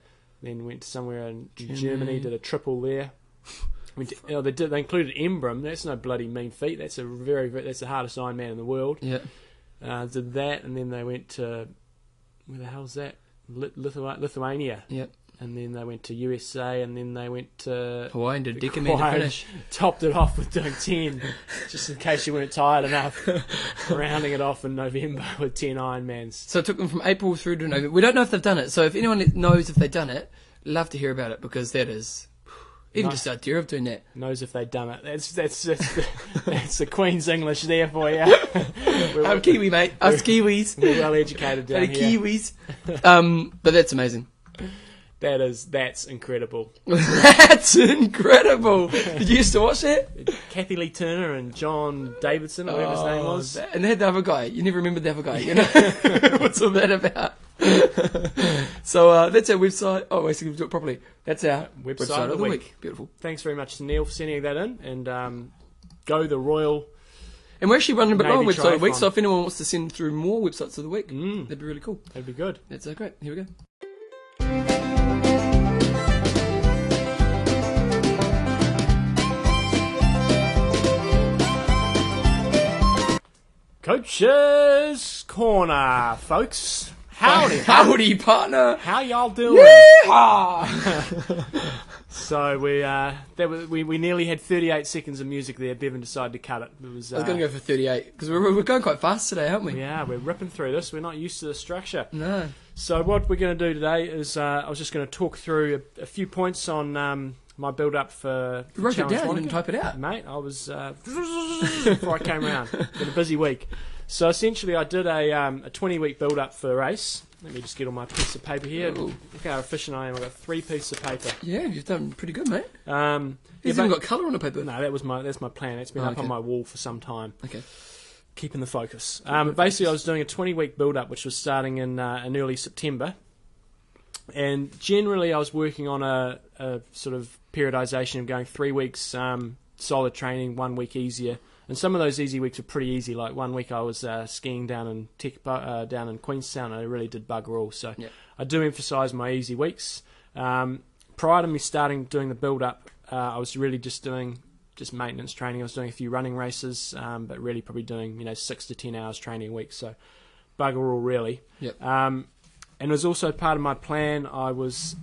S2: Then went to somewhere in
S1: Germany.
S2: Germany, did a triple there. Went to, oh, they, did, they included Embrum. That's no bloody mean feat. That's a very, very that's the hardest Ironman in the world.
S1: Yeah.
S2: Uh, did that, and then they went to where the hell's that? Lit- Lithua- Lithuania,
S1: Yeah.
S2: and then they went to USA, and then they went to
S1: Hawaiian did
S2: The
S1: Decaman to
S2: choir.
S1: finish.
S2: topped it off with doing 10, just in case you weren't tired enough. Rounding it off in November with 10 Ironmans.
S1: So it took them from April through to November. We don't know if they've done it. So if anyone knows if they've done it, love to hear about it because that is even
S2: Nice.
S1: just the idea of doing that.
S2: Knows if they'd done it. That's that's that's the, that's the Queen's English there for you. We're,
S1: I'm Kiwi, mate. Us Kiwis.
S2: we're well educated down
S1: Bloody
S2: here.
S1: Kiwis. Um, but that's amazing.
S2: That is that's incredible.
S1: that's incredible. Did you used to watch that?
S2: Kathy Lee Turner and John Davidson, or whatever his name
S1: Oh,
S2: was.
S1: that- And they had the other guy. You never remembered the other guy, you know? What's all that about? so uh, that's our website. Oh, wait, so we can do it properly. That's our
S2: Website
S1: website, of the week. Beautiful.
S2: Thanks very much to Neil for sending that in, and um, go the Royal.
S1: And we're actually running a bit low on
S2: Navy
S1: website of the week,
S2: triathlon.
S1: so if anyone wants to send through more websites of the week,
S2: Mm,
S1: that'd be really cool.
S2: that'd be good.
S1: That's uh, great. Here we go.
S2: Coach's Corner, folks. Howdy.
S1: Howdy, partner.
S2: How y'all doing?
S1: Yeehaw!
S2: So we uh, that was, we we nearly had 38 seconds of music there. Bevan decided to cut it. It was. Uh,
S1: I was going to go for 38 because we're, we're going quite fast today, aren't we?
S2: yeah, we're ripping through this. We're not used to the structure.
S1: No.
S2: So what we're going to do today is uh, I was just going to talk through a, a few points on um, my build up for, for
S1: You wrote it
S2: Challenge
S1: down, you
S2: Wanaka.
S1: didn't type it out.
S2: mate. I was uh, before I came around. Been a busy week. So essentially, I did a um, a twenty week build up for the race. Let me just get on my piece of paper here.
S1: Ooh.
S2: Look how efficient I am. I've got three pieces of paper.
S1: Yeah, you've done pretty good, mate.
S2: Um,
S1: He's
S2: yeah,
S1: even
S2: but-
S1: got colour on the paper.
S2: no, that was my that's my plan. It's been
S1: Oh,
S2: up
S1: okay.
S2: on my wall for some time,
S1: Okay.
S2: keeping the focus. Um, basically, I was doing a twenty week build up, which was starting in uh, in early September, and generally I was working on a, a sort of periodization of going three weeks um, solid training, one week easier. And some of those easy weeks were pretty easy. Like one week I was uh, skiing down in Tech, uh, down in Queenstown, and I really did bugger all. So
S1: Yeah.
S2: I do emphasise my easy weeks. Um, prior to me starting doing the build up, uh, I was really just doing just maintenance training. I was doing a few running races, um, but really probably doing you know six to ten hours training a week. So bugger all really.
S1: Yep.
S2: Um, and it was also part of my plan. I was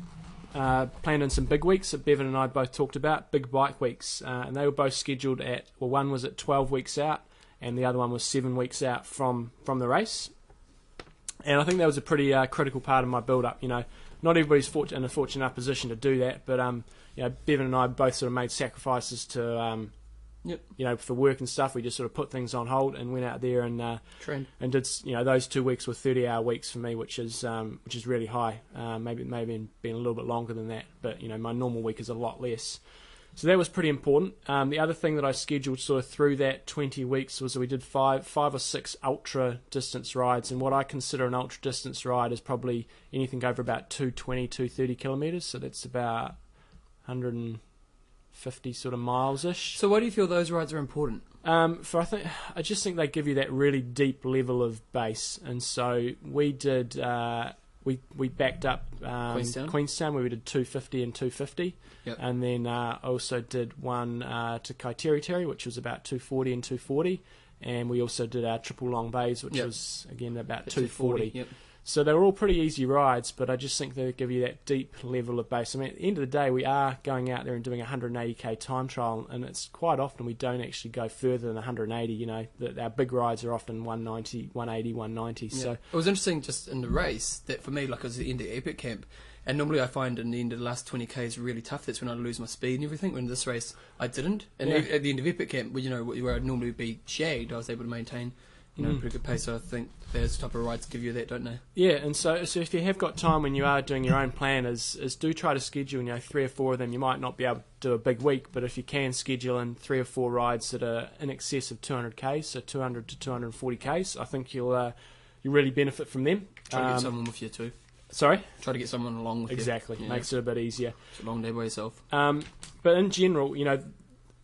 S2: uh, planned in some big weeks that Bevan and I both talked about, big bike weeks, uh, and they were both scheduled at. Well, one was at twelve weeks out, and the other one was seven weeks out from from the race. And I think that was a pretty uh, critical part of my build up. You know, not everybody's fort- in a fortunate enough position to do that, but um, you know, Bevan and I both sort of made sacrifices to um,
S1: Yep.
S2: you know, for work and stuff. We just sort of put things on hold and went out there and uh,
S1: Trained.
S2: and did s- you know those two weeks were 30 hour weeks for me which is um, which is really high uh, maybe maybe been, been a little bit longer than that but you know my normal week is a lot less so that was pretty important um, the other thing that I scheduled sort of through that 20 weeks was that we did five five or six ultra distance rides and what I consider an ultra distance ride is probably anything over about 220 230 kilometers so that's about 150 sort of miles ish
S1: So why do you feel those rides are important?
S2: um, for I think I just think they give you that really deep level of bass, and so we did. Uh, we we backed up um,
S1: Queenstown?
S2: Queenstown, where we did 250 and 250,
S1: Yep.
S2: and then uh, I also did one uh, to Kaiteri Terry, which was about 240 and 240, and we also did our triple long bays, which
S1: Yep.
S2: was again about
S1: At
S2: 240.
S1: Yep.
S2: So they were all pretty easy rides, but I just think they give you that deep level of base. I mean, at the end of the day, we are going out there and doing a 180k time trial, and it's quite often we don't actually go further than 180. You know, that our big rides are often 190, 180, 190.
S1: Yeah.
S2: So
S1: it was interesting just in the race that for me, like, I was at the end of Epic Camp, and normally I find in the end of the last 20k is really tough. That's when I lose my speed and everything. When this race, I didn't. And
S2: Yeah.
S1: at the end of Epic Camp, where, you know, where I'd normally be shagged, I was able to maintain, you know,
S2: Mm.
S1: a pretty good pace. So I think those type of rides give you that, don't they?
S2: Yeah, and so so if you have got time when you are doing your own plan, is is do try to schedule you know three or four of them. You might not be able to do a big week, but if you can schedule in three or four rides that are in excess of 200k, so 200 to 240k's, I think you'll uh, you really benefit from them.
S1: Try to
S2: Um,
S1: get someone with you too.
S2: sorry,
S1: Try to get someone along with
S2: exactly,
S1: you. Yeah.
S2: makes it a bit easier.
S1: It's a long day by yourself.
S2: Um, but in general, you know,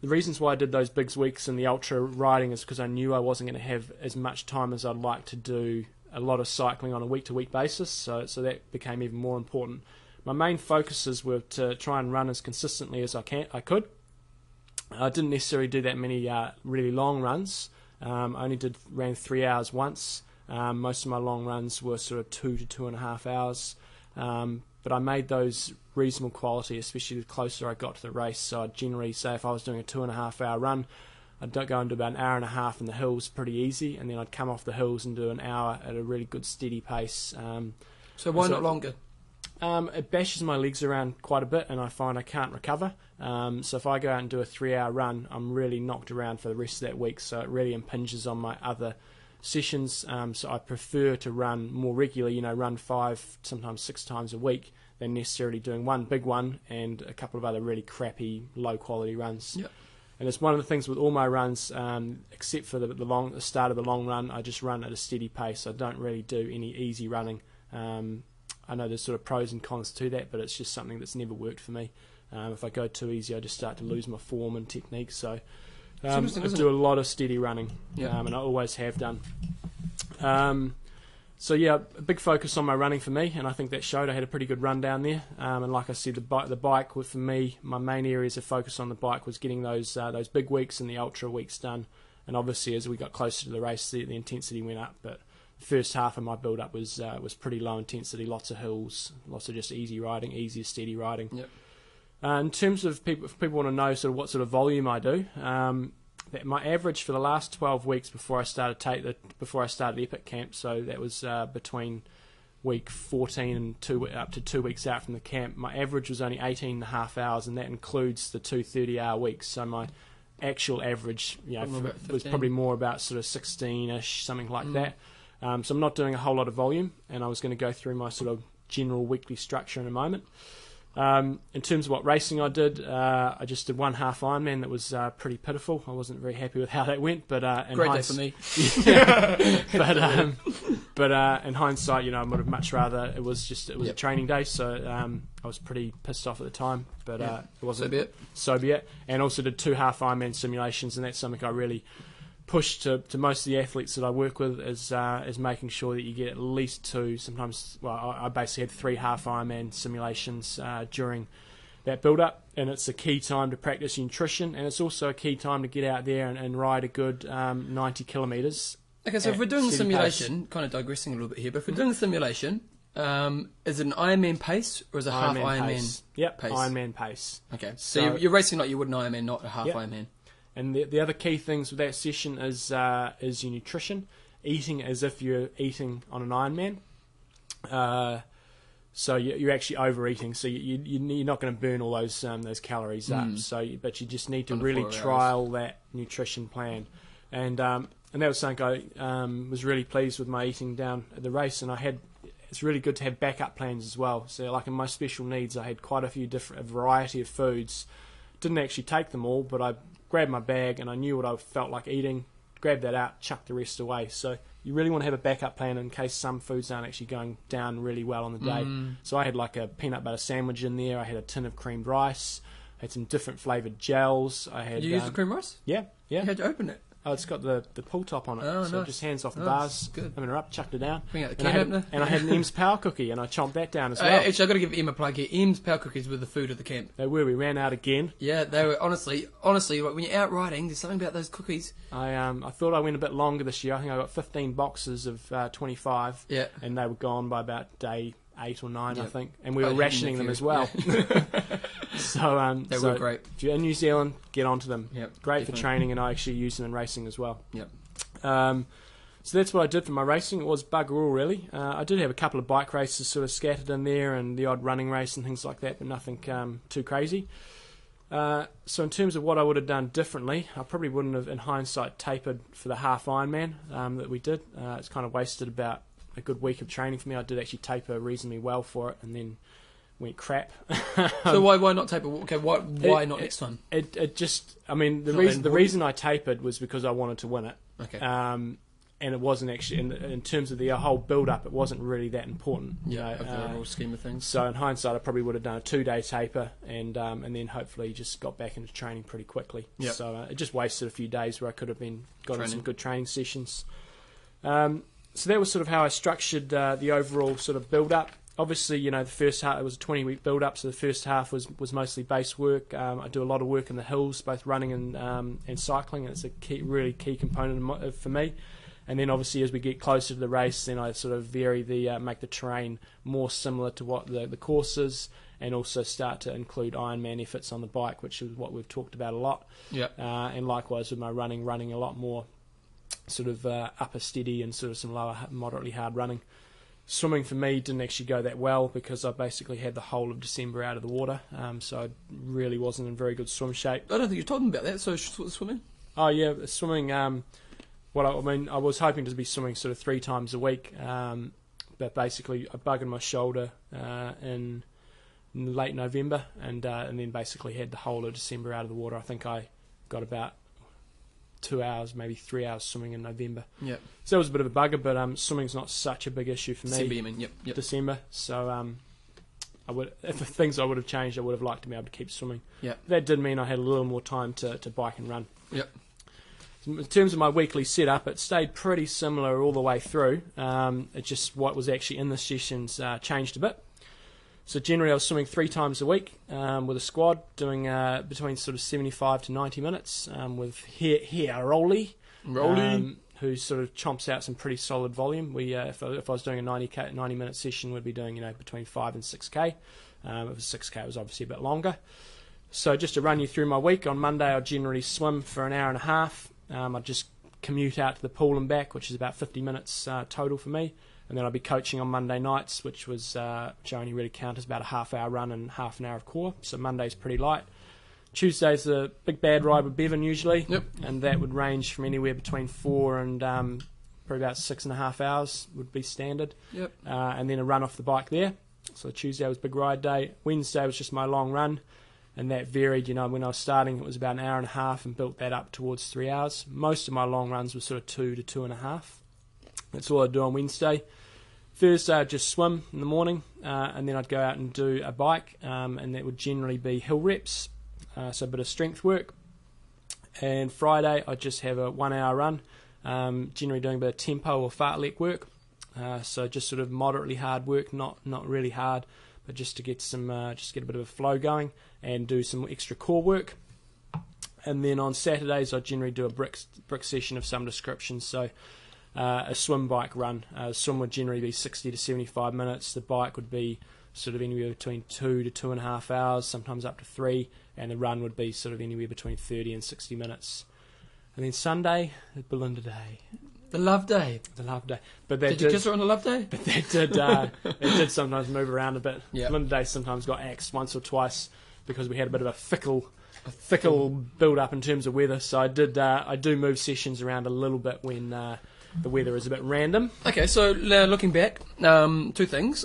S2: the reasons why I did those bigs weeks and the ultra riding is because I knew I wasn't going to have as much time as I'd like to do a lot of cycling on a week to week basis. So, so that became even more important. My main focuses were to try and run as consistently as I can I could. I didn't necessarily do that many uh, really long runs. Um, I only did ran three hours once. Um, most of my long runs were sort of two to two and a half hours, um, but I made those reasonable quality, especially the closer I got to the race. So I'd generally say if I was doing a two and a half hour run, I'd do- go into about an hour and a half in the hills pretty easy, and then I'd come off the hills and do an hour at a really good steady pace. Um,
S1: So why
S2: So-
S1: not longer?
S2: um, it bashes my legs around quite a bit, and I find I can't recover. Um, so if I go out and do a three-hour run, I'm really knocked around for the rest of that week. So it really impinges on my other sessions. Um, so I prefer to run more regularly. You know, run five, sometimes six times a week, than necessarily doing one big one and a couple of other really crappy, low-quality runs.
S1: Yep.
S2: And it's one of the things with all my runs, um, except for the, the long the start of the long run, I just run at a steady pace. I don't really do any easy running. Um, I know there's sort of pros and cons to that, but it's just something that's never worked for me. Um, if I go too easy, I just start to lose my form and technique. So um,
S1: interesting,
S2: I
S1: isn't
S2: do a lot of steady running,
S1: Yeah.
S2: um, and I always have done. Um, so yeah, a big focus on my running for me, and I think that showed. I had a pretty good run down there, um, and like I said, the bike, the bike was for me. My main areas of focus on the bike was getting those uh, those big weeks and the ultra weeks done. And obviously, as we got closer to the race, the, the intensity went up. But the first half of my build up was uh, was pretty low intensity, lots of hills, lots of just easy riding, easy steady riding.
S1: Yep.
S2: Uh, in terms of people, if people want to know sort of what sort of volume I do, um, that my average for the last twelve weeks before I started take the before I started Epic Camp, so that was uh, between week fourteen and two we- up to two weeks out from the camp, my average was only 18 and a half hours, and that includes the two 30 hour weeks. So my actual average, you know,
S1: Probably
S2: for-
S1: about
S2: was
S1: 15.
S2: probably more about sort of sixteen ish, something like
S1: Mm.
S2: that. Um, so I'm not doing a whole lot of volume, and I was going to go through my sort of general weekly structure in a moment. Um, in terms of what racing I did, uh, I just did one half Ironman that was uh, pretty pitiful. I wasn't very happy with how that went, but uh, in
S1: Great day
S2: hindsight-
S1: for me.
S2: but um, but uh, in hindsight, you know, I would have much rather it was just it was
S1: Yep.
S2: a training day, so um, I was pretty pissed off at the time. But
S1: Yeah.
S2: uh, it
S1: So
S2: wasn't
S1: be it.
S2: so be it. And also did two half Ironman simulations, and that's something I really push to, to most of the athletes that I work with is uh, is making sure that you get at least two, sometimes. Well, I, I basically had three half Ironman simulations uh, during that build up, and it's a key time to practice your nutrition, and it's also a key time to get out there and, and ride a good um, ninety kilometres.
S1: Okay, so if
S2: at
S1: we're doing the
S2: steady
S1: simulation, kind of digressing a little bit here, but if we're
S2: Mm-hmm.
S1: doing the simulation, um, is it an Ironman pace or is it a half Ironman?
S2: pace. Yep,
S1: pace.
S2: Ironman pace.
S1: Okay, so,
S2: So-
S1: you're, you're racing like you would an Ironman, not a half
S2: Yep.
S1: Ironman.
S2: And the, the other key things with that session is uh, is your nutrition, eating as if you're eating on an Ironman. Uh, so you, you're actually overeating, so you, you, you- you're not going to burn all those um, those calories up. So, you, but you just need to
S1: Under
S2: really
S1: Mm. four hours.
S2: trial that nutrition plan, and um, and that was something I um, was really pleased with my eating down at the race, and I had. It's really good to have backup plans as well. So, like in my special needs, I had quite a few different, a variety of foods didn't actually take them all, but I grabbed my bag and I knew what I felt like eating, grabbed that out, chucked the rest away. So you really want to have a backup plan in case some foods aren't actually going down really well on the day. So I had like a peanut butter sandwich in there, I had a tin of creamed rice, I had some different flavoured gels, I had
S1: You use
S2: um,
S1: the cream rice?
S2: yeah, yeah.
S1: You had to open it.
S2: Oh, it's got the, the pull top on it,
S1: Oh,
S2: so
S1: nice.
S2: just hands off the
S1: Nice,
S2: bars.
S1: good.
S2: I mean, up, chucked it down,
S1: Bring out the
S2: and I,
S1: can
S2: had,
S1: opener.
S2: and I had an Ems Power cookie, and I chomped that down as
S1: Uh,
S2: well.
S1: actually, I've got to give Em a plug here. Em's power cookies were the food of the camp.
S2: they were. We ran out again.
S1: Yeah, they were honestly, honestly, like, when you're out riding, there's something about those cookies.
S2: I um I thought I went a bit longer this year. I think I got 15 boxes of uh, 25,
S1: Yeah.
S2: and they were gone by about day eight or nine, I
S1: Yeah.
S2: think. And we were
S1: Oh, yeah,
S2: rationing them
S1: yeah.
S2: as well. so um,
S1: They
S2: so
S1: were great.
S2: If you're in New Zealand, get onto them.
S1: Yep,
S2: great
S1: definitely.
S2: for training, and I actually use them in racing as well.
S1: Yep.
S2: Um, so that's what I did for my racing. It was bugger all really. Uh, I did have a couple of bike races sort of scattered in there, and the odd running race and things like that, but nothing um, too crazy. Uh, so in terms of what I would have done differently, I probably wouldn't have, in hindsight, tapered for the half Ironman um, that we did. Uh, it's kind of wasted about a good week of training for me. I did actually taper reasonably well for it, and then went crap.
S1: So why why not taper? Okay, why why
S2: it-
S1: not
S2: it-
S1: next time?
S2: It, it just, I mean, the
S1: Not that
S2: reason the
S1: important.
S2: reason I tapered was because I wanted to win it.
S1: Okay.
S2: Um, and it wasn't actually in, in terms of the whole build-up. It wasn't really that important. you
S1: yeah,
S2: know,
S1: of the
S2: uh,
S1: overall scheme of things.
S2: so in hindsight, I probably would have done a two-day taper, and um, and then hopefully just got back into training pretty quickly.
S1: Yep.
S2: So uh, it just wasted a few days where I could have been gotten
S1: Training.
S2: some good training sessions. Um, so that was sort of how I structured uh, the overall sort of build-up. Obviously, you know, the first half it was a 20-week build-up, so the first half was was mostly base work. Um, I do a lot of work in the hills, both running and um, and cycling, and it's a key, really key component of my, of- for me. And then obviously, as we get closer to the race, then I sort of vary the uh, make the terrain more similar to what the the course is, and also start to include Ironman efforts on the bike, which is what we've talked about a lot.
S1: yeah.
S2: Uh, and likewise with my running, running a lot more sort of uh, upper steady and sort of some lower, moderately hard running. Swimming for me didn't actually go that well because I basically had the whole of December out of the water, um, so I really wasn't in very good swim shape.
S1: I don't think you told them about that. So sh- swimming.
S2: Oh yeah, swimming. Um, well, I, I mean, I was hoping to be swimming sort of three times a week, um, but basically I buggered my shoulder uh, in in late November, and uh, and then basically had the whole of December out of the water. I think I got about two hours, maybe three hours swimming in November.
S1: Yep.
S2: So it was a bit of a bugger, but um, swimming's not such a big issue for me.
S1: December, you mean? Yep. Yep.
S2: December. So um, I would if the things I would have changed, I would have liked to be able to keep swimming.
S1: Yeah.
S2: That did mean I had a little more time to, to bike and run.
S1: Yep.
S2: In terms of my weekly setup, it stayed pretty similar all the way through. Um, it just what was actually in the sessions uh, changed a bit. So generally, I was swimming three times a week um, with a squad, doing uh, between sort of 75 to 90 minutes um, with Here Here Rolly,
S1: Rolly.
S2: um, who sort of chomps out some pretty solid volume. We, uh, if, I, if I was doing a 90 k 90 minute session, we'd be doing you know between five and six k. Um, if it was six k, it was obviously a bit longer. So just to run you through my week, on Monday I generally swim for an hour and a half. Um, I'd just commute out to the pool and back, which is about 50 minutes uh, total for me. And then I'd be coaching on Monday nights, which was uh, which I only really count as about a half hour run and half an hour of core. So Monday's pretty light. Tuesday's the big bad ride with Bevan usually,
S1: Yep.
S2: and that would range from anywhere between four and um, probably about six and a half hours would be standard
S1: Yep.
S2: uh, and then a run off the bike there. So Tuesday was big ride day. Wednesday was just my long run, and that varied. You know, when I was starting, it was about an hour and a half, and built that up towards three hours. Most of my long runs were sort of two to two and a half. That's all I'd do on Wednesday. Thursday, I'd just swim in the morning, uh, and then I'd go out and do a bike, um, and that would generally be hill reps, uh, so a bit of strength work. And Friday, I'd just have a one hour run, um, generally doing a bit of tempo or fartlek work. Uh, so just sort of moderately hard work, not not really hard, but just to get some uh, just get a bit of a flow going and do some extra core work. And then on Saturdays, I generally do a brick brick session of some description. So uh, a swim bike run. Uh, swim would generally be sixty to seventy five minutes. The bike would be sort of anywhere between two to two and a half hours, sometimes up to three, and the run would be sort of anywhere between thirty and sixty minutes. And then Sunday, Belinda Day,
S1: The love day.
S2: the love day. But that
S1: Did you kiss her on the love day?
S2: but that did uh, it did sometimes move around a bit.
S1: Yeah.
S2: Linda Day sometimes got axed once or twice because we had a bit of a fickle, fickle build up in terms of weather. So I did uh, I do move sessions around a little bit when uh, the weather is a bit random.
S1: Okay, so uh, looking back, um, two things.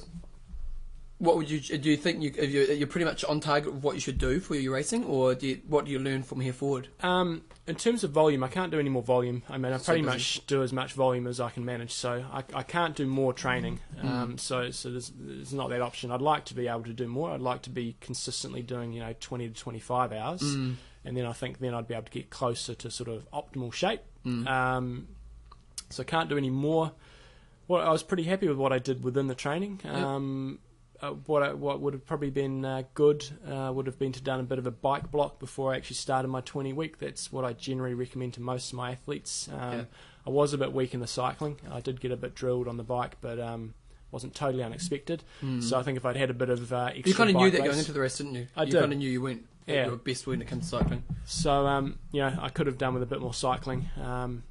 S1: What would you do? You think you, if you're, you're pretty much on target with what you should do for your racing, or do you, what do you learn from here forward?
S2: Um, in terms of volume, I can't do any more volume. I mean, I
S1: So
S2: pretty
S1: it doesn't-
S2: much do as much volume as I can manage, so I, I can't do more training.
S1: Mm.
S2: Um, so so there's, there's not that option. I'd like to be able to do more. I'd like to be consistently doing you know 20 to 25 hours,
S1: Mm.
S2: and then I think then I'd be able to get closer to sort of optimal shape.
S1: Mm.
S2: Um, so I can't do any more. Well, I was pretty happy with what I did within the training. Um, uh, what I, what would have probably been uh, good uh, would have been to done a bit of a bike block before I actually started my 20 week. That's what I generally recommend to most of my athletes. Um,
S1: Yeah.
S2: I was a bit weak in the cycling. I did get a bit drilled on the bike, but um, wasn't totally unexpected. So I think if I'd had a bit of uh, extra
S1: Hmm. You kind of knew
S2: bike
S1: that
S2: race-
S1: going into the race, didn't you?
S2: I
S1: you
S2: did.
S1: kind of knew you went at
S2: Yeah.
S1: your best when it comes to cycling.
S2: So um, you know, I could have done with a bit more cycling, um,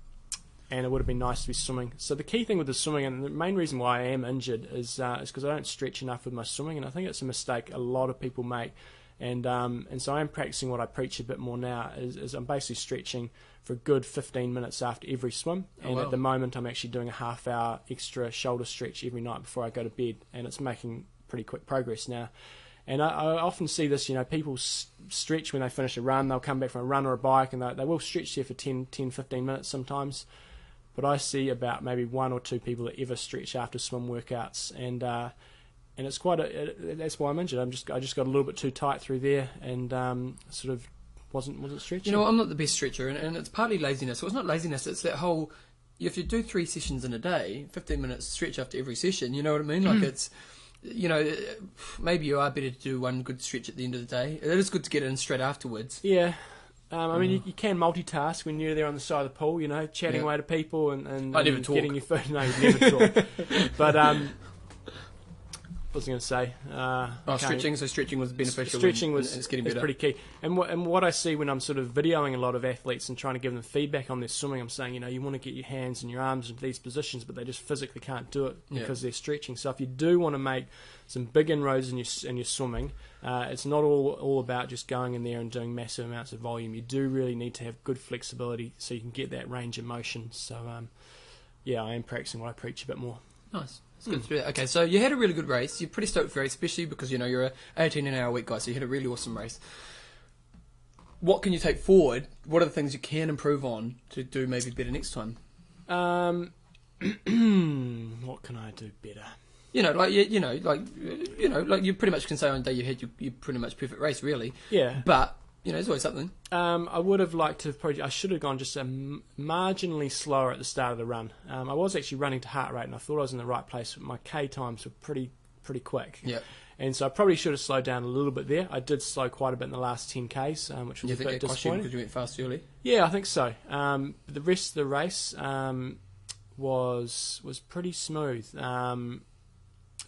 S2: and it would have been nice to be swimming. So the key thing with the swimming, and the main reason why I am injured, is uh, is because I don't stretch enough with my swimming, and I think it's a mistake a lot of people make. And um, and so I am practicing what I preach a bit more now. Is, is I'm basically stretching for a good 15 minutes after every swim,
S1: Oh,
S2: and
S1: wow.
S2: at the moment I'm actually doing a half hour extra shoulder stretch every night before I go to bed, and it's making pretty quick progress now. And I, I often see this, you know, people s- stretch when they finish a run. They'll come back from a run or a bike and they, they will stretch there for 10, 10, 15 minutes sometimes. But I see about maybe one or two people that ever stretch after swim workouts. And uh, and it's quite a, it, that's why I'm injured. I'm just, I just got a little bit too tight through there and um, sort of wasn't, wasn't
S1: You
S2: stretching.
S1: know, what, I'm not the best stretcher, and, and it's partly laziness. Well, it's not laziness, it's that whole if you do three sessions in a day, 15 minutes stretch after every session, you know what I mean?
S2: Mm.
S1: Like, it's, you know, uh, maybe you are better to do one good stretch at the end of the day. It is good to get in straight afterwards.
S2: yeah. Um, I mean, you, you can multitask when you're there on the side of the pool, you know, chatting
S1: Yeah.
S2: away to people and, and,
S1: I never
S2: and
S1: talk.
S2: getting your food. No, you never talk. But um, what was I going to say?
S1: Oh,
S2: Uh, I can't-
S1: stretching, so stretching was beneficial.
S2: Stretching
S1: and-
S2: was
S1: and it's getting
S2: is
S1: better.
S2: pretty key. And what and what I see when I'm sort of videoing a lot of athletes and trying to give them feedback on their swimming, I'm saying you know you want to get your hands and your arms in these positions, but they just physically can't do it
S1: Yeah.
S2: because they're stretching. So if you do want to make some big inroads in your s- in your swimming, uh, it's not all all about just going in there and doing massive amounts of volume. You do really need to have good flexibility so you can get that range of motion. So um, yeah, I am practicing what I preach a bit more.
S1: Nice. It's
S2: Mm.
S1: good to do that. Okay, so you had a really good race. You're pretty stoked for it, especially because you know you're a 18 an hour week guy, so you had a really awesome race. what can you take forward? What are the things you can improve on to do maybe better next time?
S2: Um, what can I do better?
S1: You know, like you, you know, like you know, like you pretty much can say on the day you had your, your pretty much perfect race, really.
S2: Yeah.
S1: But you know, there's always something.
S2: Um, I would have liked to have probably, I should have gone just a m- marginally slower at the start of the run. Um, I was actually running to heart rate and I thought I was in the right place, but my K times were pretty, pretty quick.
S1: Yeah.
S2: And so I probably should have slowed down a little bit there. I did slow quite a bit in the last 10Ks, um, which was
S1: You
S2: a
S1: think
S2: bit
S1: that cost you
S2: disappointing.
S1: because you went fast early?
S2: Yeah, I think so. Um, but the rest of the race um, was was pretty smooth. Um,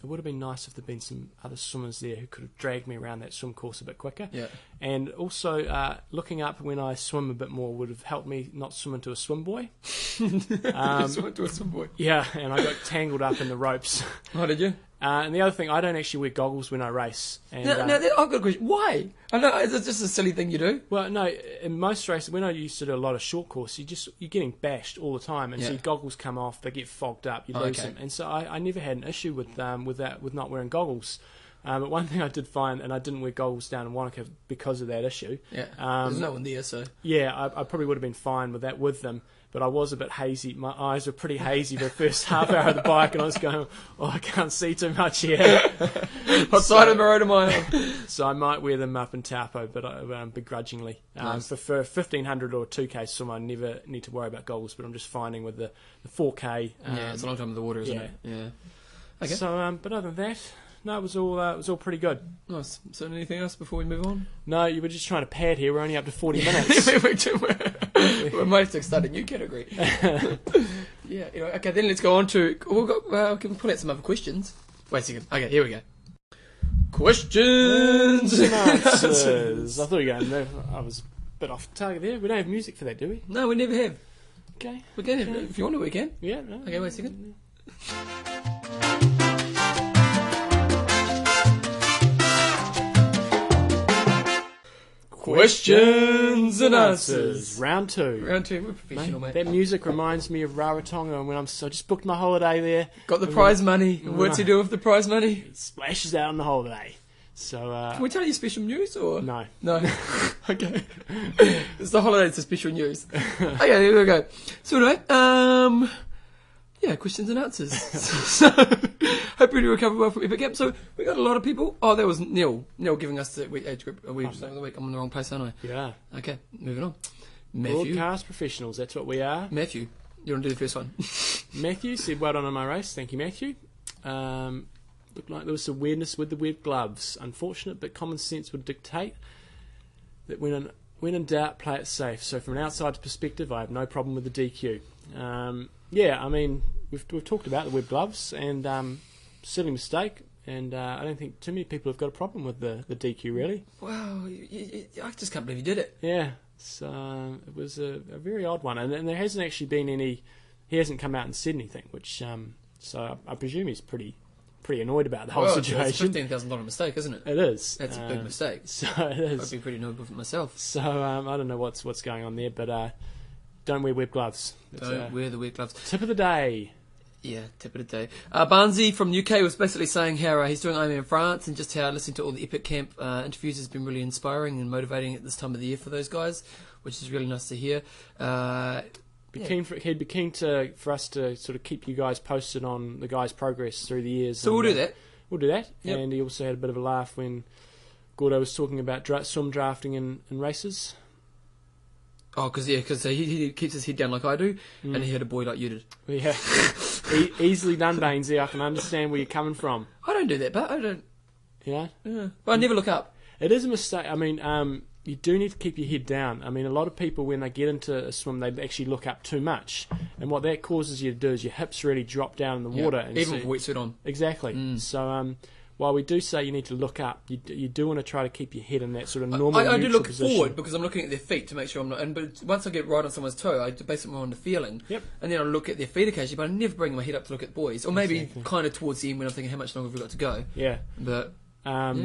S2: it would have been nice if there'd been some other swimmers there who could have dragged me around that swim course a bit quicker.
S1: Yeah.
S2: And also, uh, looking up when I swim a bit more would have helped me not swim into a swim boy.
S1: Just went to a swim boy.
S2: Yeah, and I got tangled up in the ropes.
S1: How did you?
S2: Uh, and the other thing, I don't actually wear goggles when I race. And,
S1: No,
S2: uh,
S1: no, I've got a question. Why? I know it's just a silly thing you do.
S2: Well, no. In most races, when I used to do a lot of short course, you just you're getting bashed all the time, and
S1: Yeah.
S2: so your goggles come off, they get fogged up, you
S1: Oh,
S2: lose
S1: okay.
S2: them, and so I, I never had an issue with um, with that with not wearing goggles. Um, but one thing I did find, and I didn't wear goggles down in Wanaka because of that issue.
S1: Yeah.
S2: Um,
S1: There's no one there, so
S2: Yeah, I, I probably would have been fine with that with them, but I was a bit hazy. My eyes were pretty hazy the first half hour of the bike, and I was going, "Oh, I can't see too much here."
S1: what side of the road am I on?
S2: So I might wear them up in Taupo, but I, um, begrudgingly. Um,
S1: Nice.
S2: For, for 1500 or 2k swim, I never need to worry about goals, but I'm just finding with the, the 4k. Um,
S1: yeah, it's a long time in the water, isn't
S2: yeah.
S1: it? Yeah. Okay.
S2: So, um, but other than that, no, it was all uh, it was all pretty good.
S1: Nice. So, anything else before we move on?
S2: No, you were just trying to pad here. We're only up to 40 minutes.
S1: we, we, do- we might have to start a new category. yeah. Anyway, okay, then let's go on to. We've got, well, we can pull out some other questions. Wait a second. Okay, here we go. Questions.
S2: Some answers. I thought you were going. No, I was a bit off target there. We don't have music for that, do we?
S1: no, we never have.
S2: Okay.
S1: We can have, if you want to, we can.
S2: Yeah. No.
S1: Okay, wait a second. Questions and answers.
S2: Round two.
S1: Round two, we're
S2: Mate,
S1: professional, mate.
S2: that music reminds me of Rarotonga and when I'm so I just booked my holiday there.
S1: Got the prize money. What's he do with the prize money?
S2: It splashes out on the holiday. So uh,
S1: Can we tell you special news or
S2: no.
S1: No. okay. it's the holidays, the special news. okay, here we go. So anyway, um, yeah, questions and answers. so, hope you recover well from Epic Gap. So we got a lot of people. Oh, that was Neil. Neil giving us the we- age group. Are we starting the week? I'm in the wrong place, aren't
S2: Yeah.
S1: I? Okay, moving on. Matthew.
S2: Broadcast professionals, that's what we are.
S1: Matthew, you want to do the first one?
S2: Matthew said, Well done on my race. Thank you, Matthew. Um, looked like there was some weirdness with the web gloves. Unfortunate, but common sense would dictate that when in, when in doubt, play it safe. So, from an outsider's perspective, I have no problem with the DQ. Um, yeah, I mean, we've, we've talked about the web gloves and um, silly mistake. And uh, I don't think too many people have got a problem with the, the DQ, really.
S1: wow, you, you, you- I just can't believe you did it.
S2: Yeah, so it was a, a very odd one, and, and there hasn't actually been any. He hasn't come out and said anything, which um, so I, I presume he's pretty pretty annoyed about the whole
S1: Well, it's- It's
S2: situation. Uh,
S1: fifteen thousand dollar mistake, isn't it?
S2: It is.
S1: That's a big
S2: um,
S1: mistake.
S2: So it is.
S1: I'd be pretty annoyed with myself.
S2: So um, I don't know what's what's going on there, but uh, don't wear web gloves. It's,
S1: Don't
S2: uh,
S1: wear the weird gloves.
S2: tip of the day.
S1: Yeah, tip of the day. Uh, Barnsey from UK was basically saying how uh, he's doing Ironman France and just how listening to all the Epic Camp uh, interviews has been really inspiring and motivating at this time of the year for those guys, which is really nice to hear. Uh,
S2: Be
S1: Yeah.
S2: keen for, he'd be keen to for us to sort of keep you guys posted on the guys' progress through the years.
S1: so we'll
S2: and,
S1: do
S2: uh,
S1: that.
S2: We'll do that.
S1: Yep.
S2: And he also had a bit of a laugh when Gordo was talking about dra- swim drafting in, in races.
S1: Oh, because yeah, because he, he keeps his head down like I do,
S2: Mm.
S1: and he had a boy like you did.
S2: Yeah. e- easily done, Bainesy. I can understand where you're coming from.
S1: I don't do that, but I don't.
S2: You know?
S1: Yeah. But I never look up.
S2: It is a mistake. I mean, um, you do need to keep your head down. I mean, a lot of people, when they get into a swim, they actually look up too much. And what that causes you to do is your hips really drop down in the water.
S1: Yeah.
S2: And
S1: even
S2: so-
S1: with wetsuit on.
S2: Exactly.
S1: Mm.
S2: So, um, while we do say you need to look up, you do, you do want to try to keep your head in that sort of
S1: I-
S2: normal
S1: I, I do
S2: neutral
S1: look
S2: position.
S1: forward because I'm looking at their feet to make sure I'm not. And but once I get right on someone's toe, I base it more on the feeling.
S2: Yep.
S1: And then I look at their feet occasionally, but I never bring my head up to look at boys, or maybe
S2: Exactly.
S1: kind of towards the end when I'm thinking how much longer have we got to go.
S2: Yeah.
S1: But
S2: Um,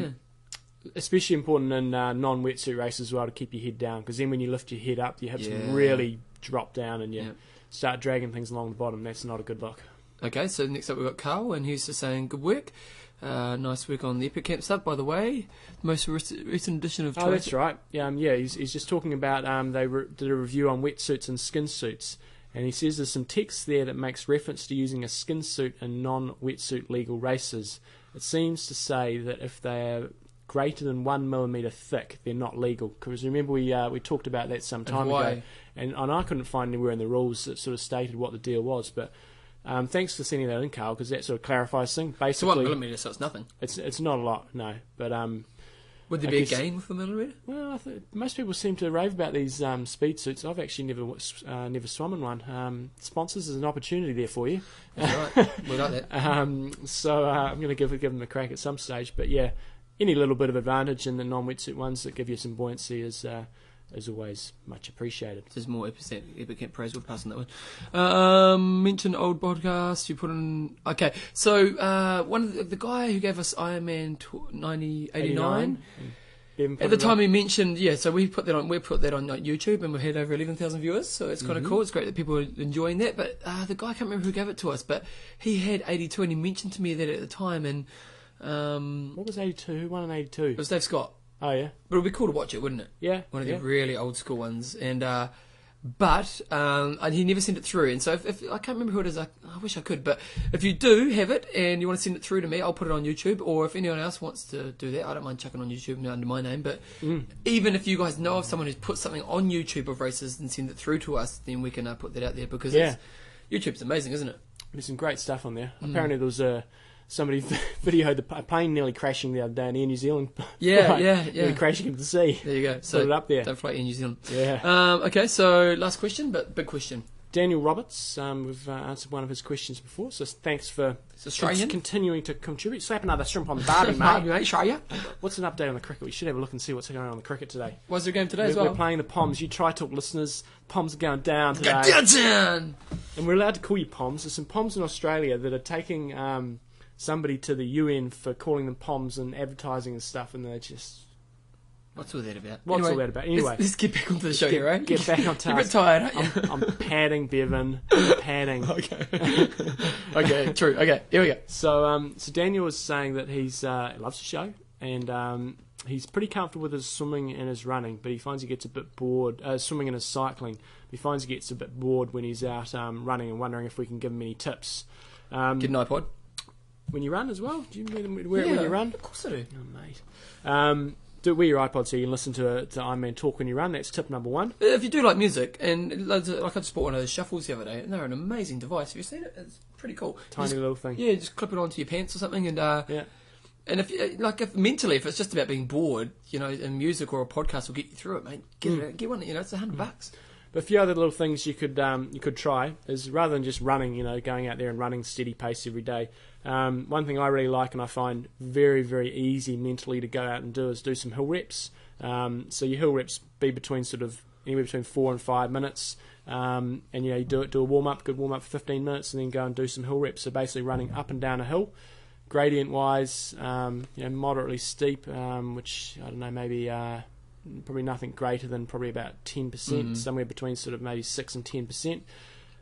S1: yeah.
S2: especially important in uh, non wetsuit races as well to keep your head down because then when you lift your head up, your hips
S1: Yeah.
S2: really drop down and you
S1: Yeah.
S2: start dragging things along the bottom. That's not a good look.
S1: Okay, so next up we've got Carl, and he's just saying, Good work. Uh, nice work on the Epic Camp stuff, by the way. The most rec- recent edition of
S2: Oh, that's right. Yeah, um, yeah. He's, he's just talking about um, they re- did a review on wetsuits and skin suits, and he says there's some text there that makes reference to using a skin suit in non-wetsuit legal races. It seems to say that if they're greater than one millimeter thick, they're not legal. Because remember we uh, we talked about that some time
S1: Hawaii.
S2: ago, and, and I couldn't find anywhere in the rules that sort of stated what the deal was, but. Um, thanks for sending that in, Carl, because that sort of clarifies things.
S1: So one
S2: Basically,
S1: millimetre, so it's nothing.
S2: it's it's not a lot, no, but um,
S1: Would there
S2: I
S1: be
S2: guess-
S1: a gain with a millimetre?
S2: well, I th- most people seem to rave about these um, speed suits. I've actually never w- s- uh, never swum in one. Um, sponsors is an opportunity there for you.
S1: That's right. we like that.
S2: Um, so uh, I'm going to give give them a crack at some stage. But yeah, any little bit of advantage in the non wetsuit ones that give you some buoyancy is uh, is always much appreciated.
S1: There's more epic, epic camp praise. We'll pass on that one. Um, mention old podcast. You put in. Okay, so uh, one of the, the guy who gave us Iron Man tw- 90, 89,
S2: Bevan
S1: At
S2: put
S1: the
S2: it
S1: time,
S2: up.
S1: he mentioned yeah. So we put that on. We put that on like, YouTube, and we had over eleven thousand viewers. So it's kind of cool. It's great that people are enjoying that. But uh, the guy I can't remember who gave it to us, but he had eighty-two, and he mentioned to me that at the time, and um,
S2: what was 82? Who won in
S1: it
S2: 82?
S1: was Dave Scott.
S2: Oh yeah,
S1: But it'd be cool to watch it, wouldn't it?
S2: yeah,
S1: One of
S2: yeah.
S1: the really old school ones, and uh, but um, and he never sent it through. And so if, if I can't remember who it is, I, I wish I could. But if you do have it and you want to send it through to me, I'll put it on YouTube. Or if anyone else wants to do that, I don't mind chucking on YouTube now under my name. But
S2: Mm.
S1: even if you guys know of someone who's put something on YouTube of races and send it through to us, then we can uh, put that out there because
S2: Yeah.
S1: it's, YouTube's amazing, isn't it?
S2: There's some great stuff on there.
S1: Mm.
S2: Apparently, there was a somebody videoed the p- plane nearly crashing the other day in Air New Zealand.
S1: Yeah,
S2: Right.
S1: yeah,
S2: Nearly
S1: yeah.
S2: crashing into the sea.
S1: There you go. So um,
S2: Put it up there.
S1: Don't fly in New Zealand.
S2: Yeah.
S1: Um, okay, so last question, but big question.
S2: Daniel Roberts, um, we've uh, answered one of his questions before, so thanks for
S1: It's Australian.
S2: continuing to contribute. Slap another shrimp on the barbie,
S1: Mark,
S2: mate.
S1: you ain't shy, yeah?
S2: What's an update on the cricket? We should have a look and see what's going on in the cricket today.
S1: Was there a game today
S2: We're,
S1: as well?
S2: we're playing the Poms. You try talk listeners. Poms are going down today.
S1: Goddamn!
S2: And we're allowed to call you Poms. There's some Poms in Australia that are taking um, somebody to the UN for calling them Poms and advertising and stuff, and they're just
S1: What's all that about?
S2: What's all that about? Anyway.
S1: let's, let's get back onto the show
S2: get,
S1: here, right?
S2: get back on
S1: You're a bit
S2: task.
S1: tired, aren't you?
S2: I'm, I'm padding, Bevan. I'm padding.
S1: okay. okay, true. Okay, here we go.
S2: So, um, so Daniel was saying that he's uh, loves the show and um, he's pretty comfortable with his swimming and his running, but he finds he gets a bit bored. Uh, swimming and his cycling, he finds he gets a bit bored when he's out um, running and wondering if we can give him any tips. Um,
S1: Get an iPod.
S2: when you run as well, do you wear, them- wear it when you run?
S1: Of course I do.
S2: Oh, mate. Um, do wear your iPod so you can listen to, to Iron Man talk when you run. That's tip number one.
S1: Uh, If you do like music, and loads of, like I just bought one of those shuffles the other day, and they're an amazing device. Have you seen it? It's pretty cool. You
S2: Tiny
S1: just-
S2: little thing.
S1: yeah, just clip it onto your pants or something, and uh,
S2: yeah.
S1: and if you- like if mentally, if it's just about being bored, you know, and music or a podcast will get you through it, mate. Get
S2: Hmm.
S1: it, get one. You know, it's a hundred bucks.
S2: But a few other little things you could um, you could try is rather than just running, you know, going out there and running steady pace every day. Um, one thing I really like and I find very very easy mentally to go out and do is do some hill reps. Um, so your hill reps be between sort of anywhere between four and five minutes, um, and you know you do it do a warm up, good warm up for 15 minutes, and then go and do some hill reps. So basically running up and down a hill. Gradient wise, um, you know, moderately steep, um, which I don't know, maybe uh, probably nothing greater than probably about 10%, somewhere between sort of maybe 6 and 10%.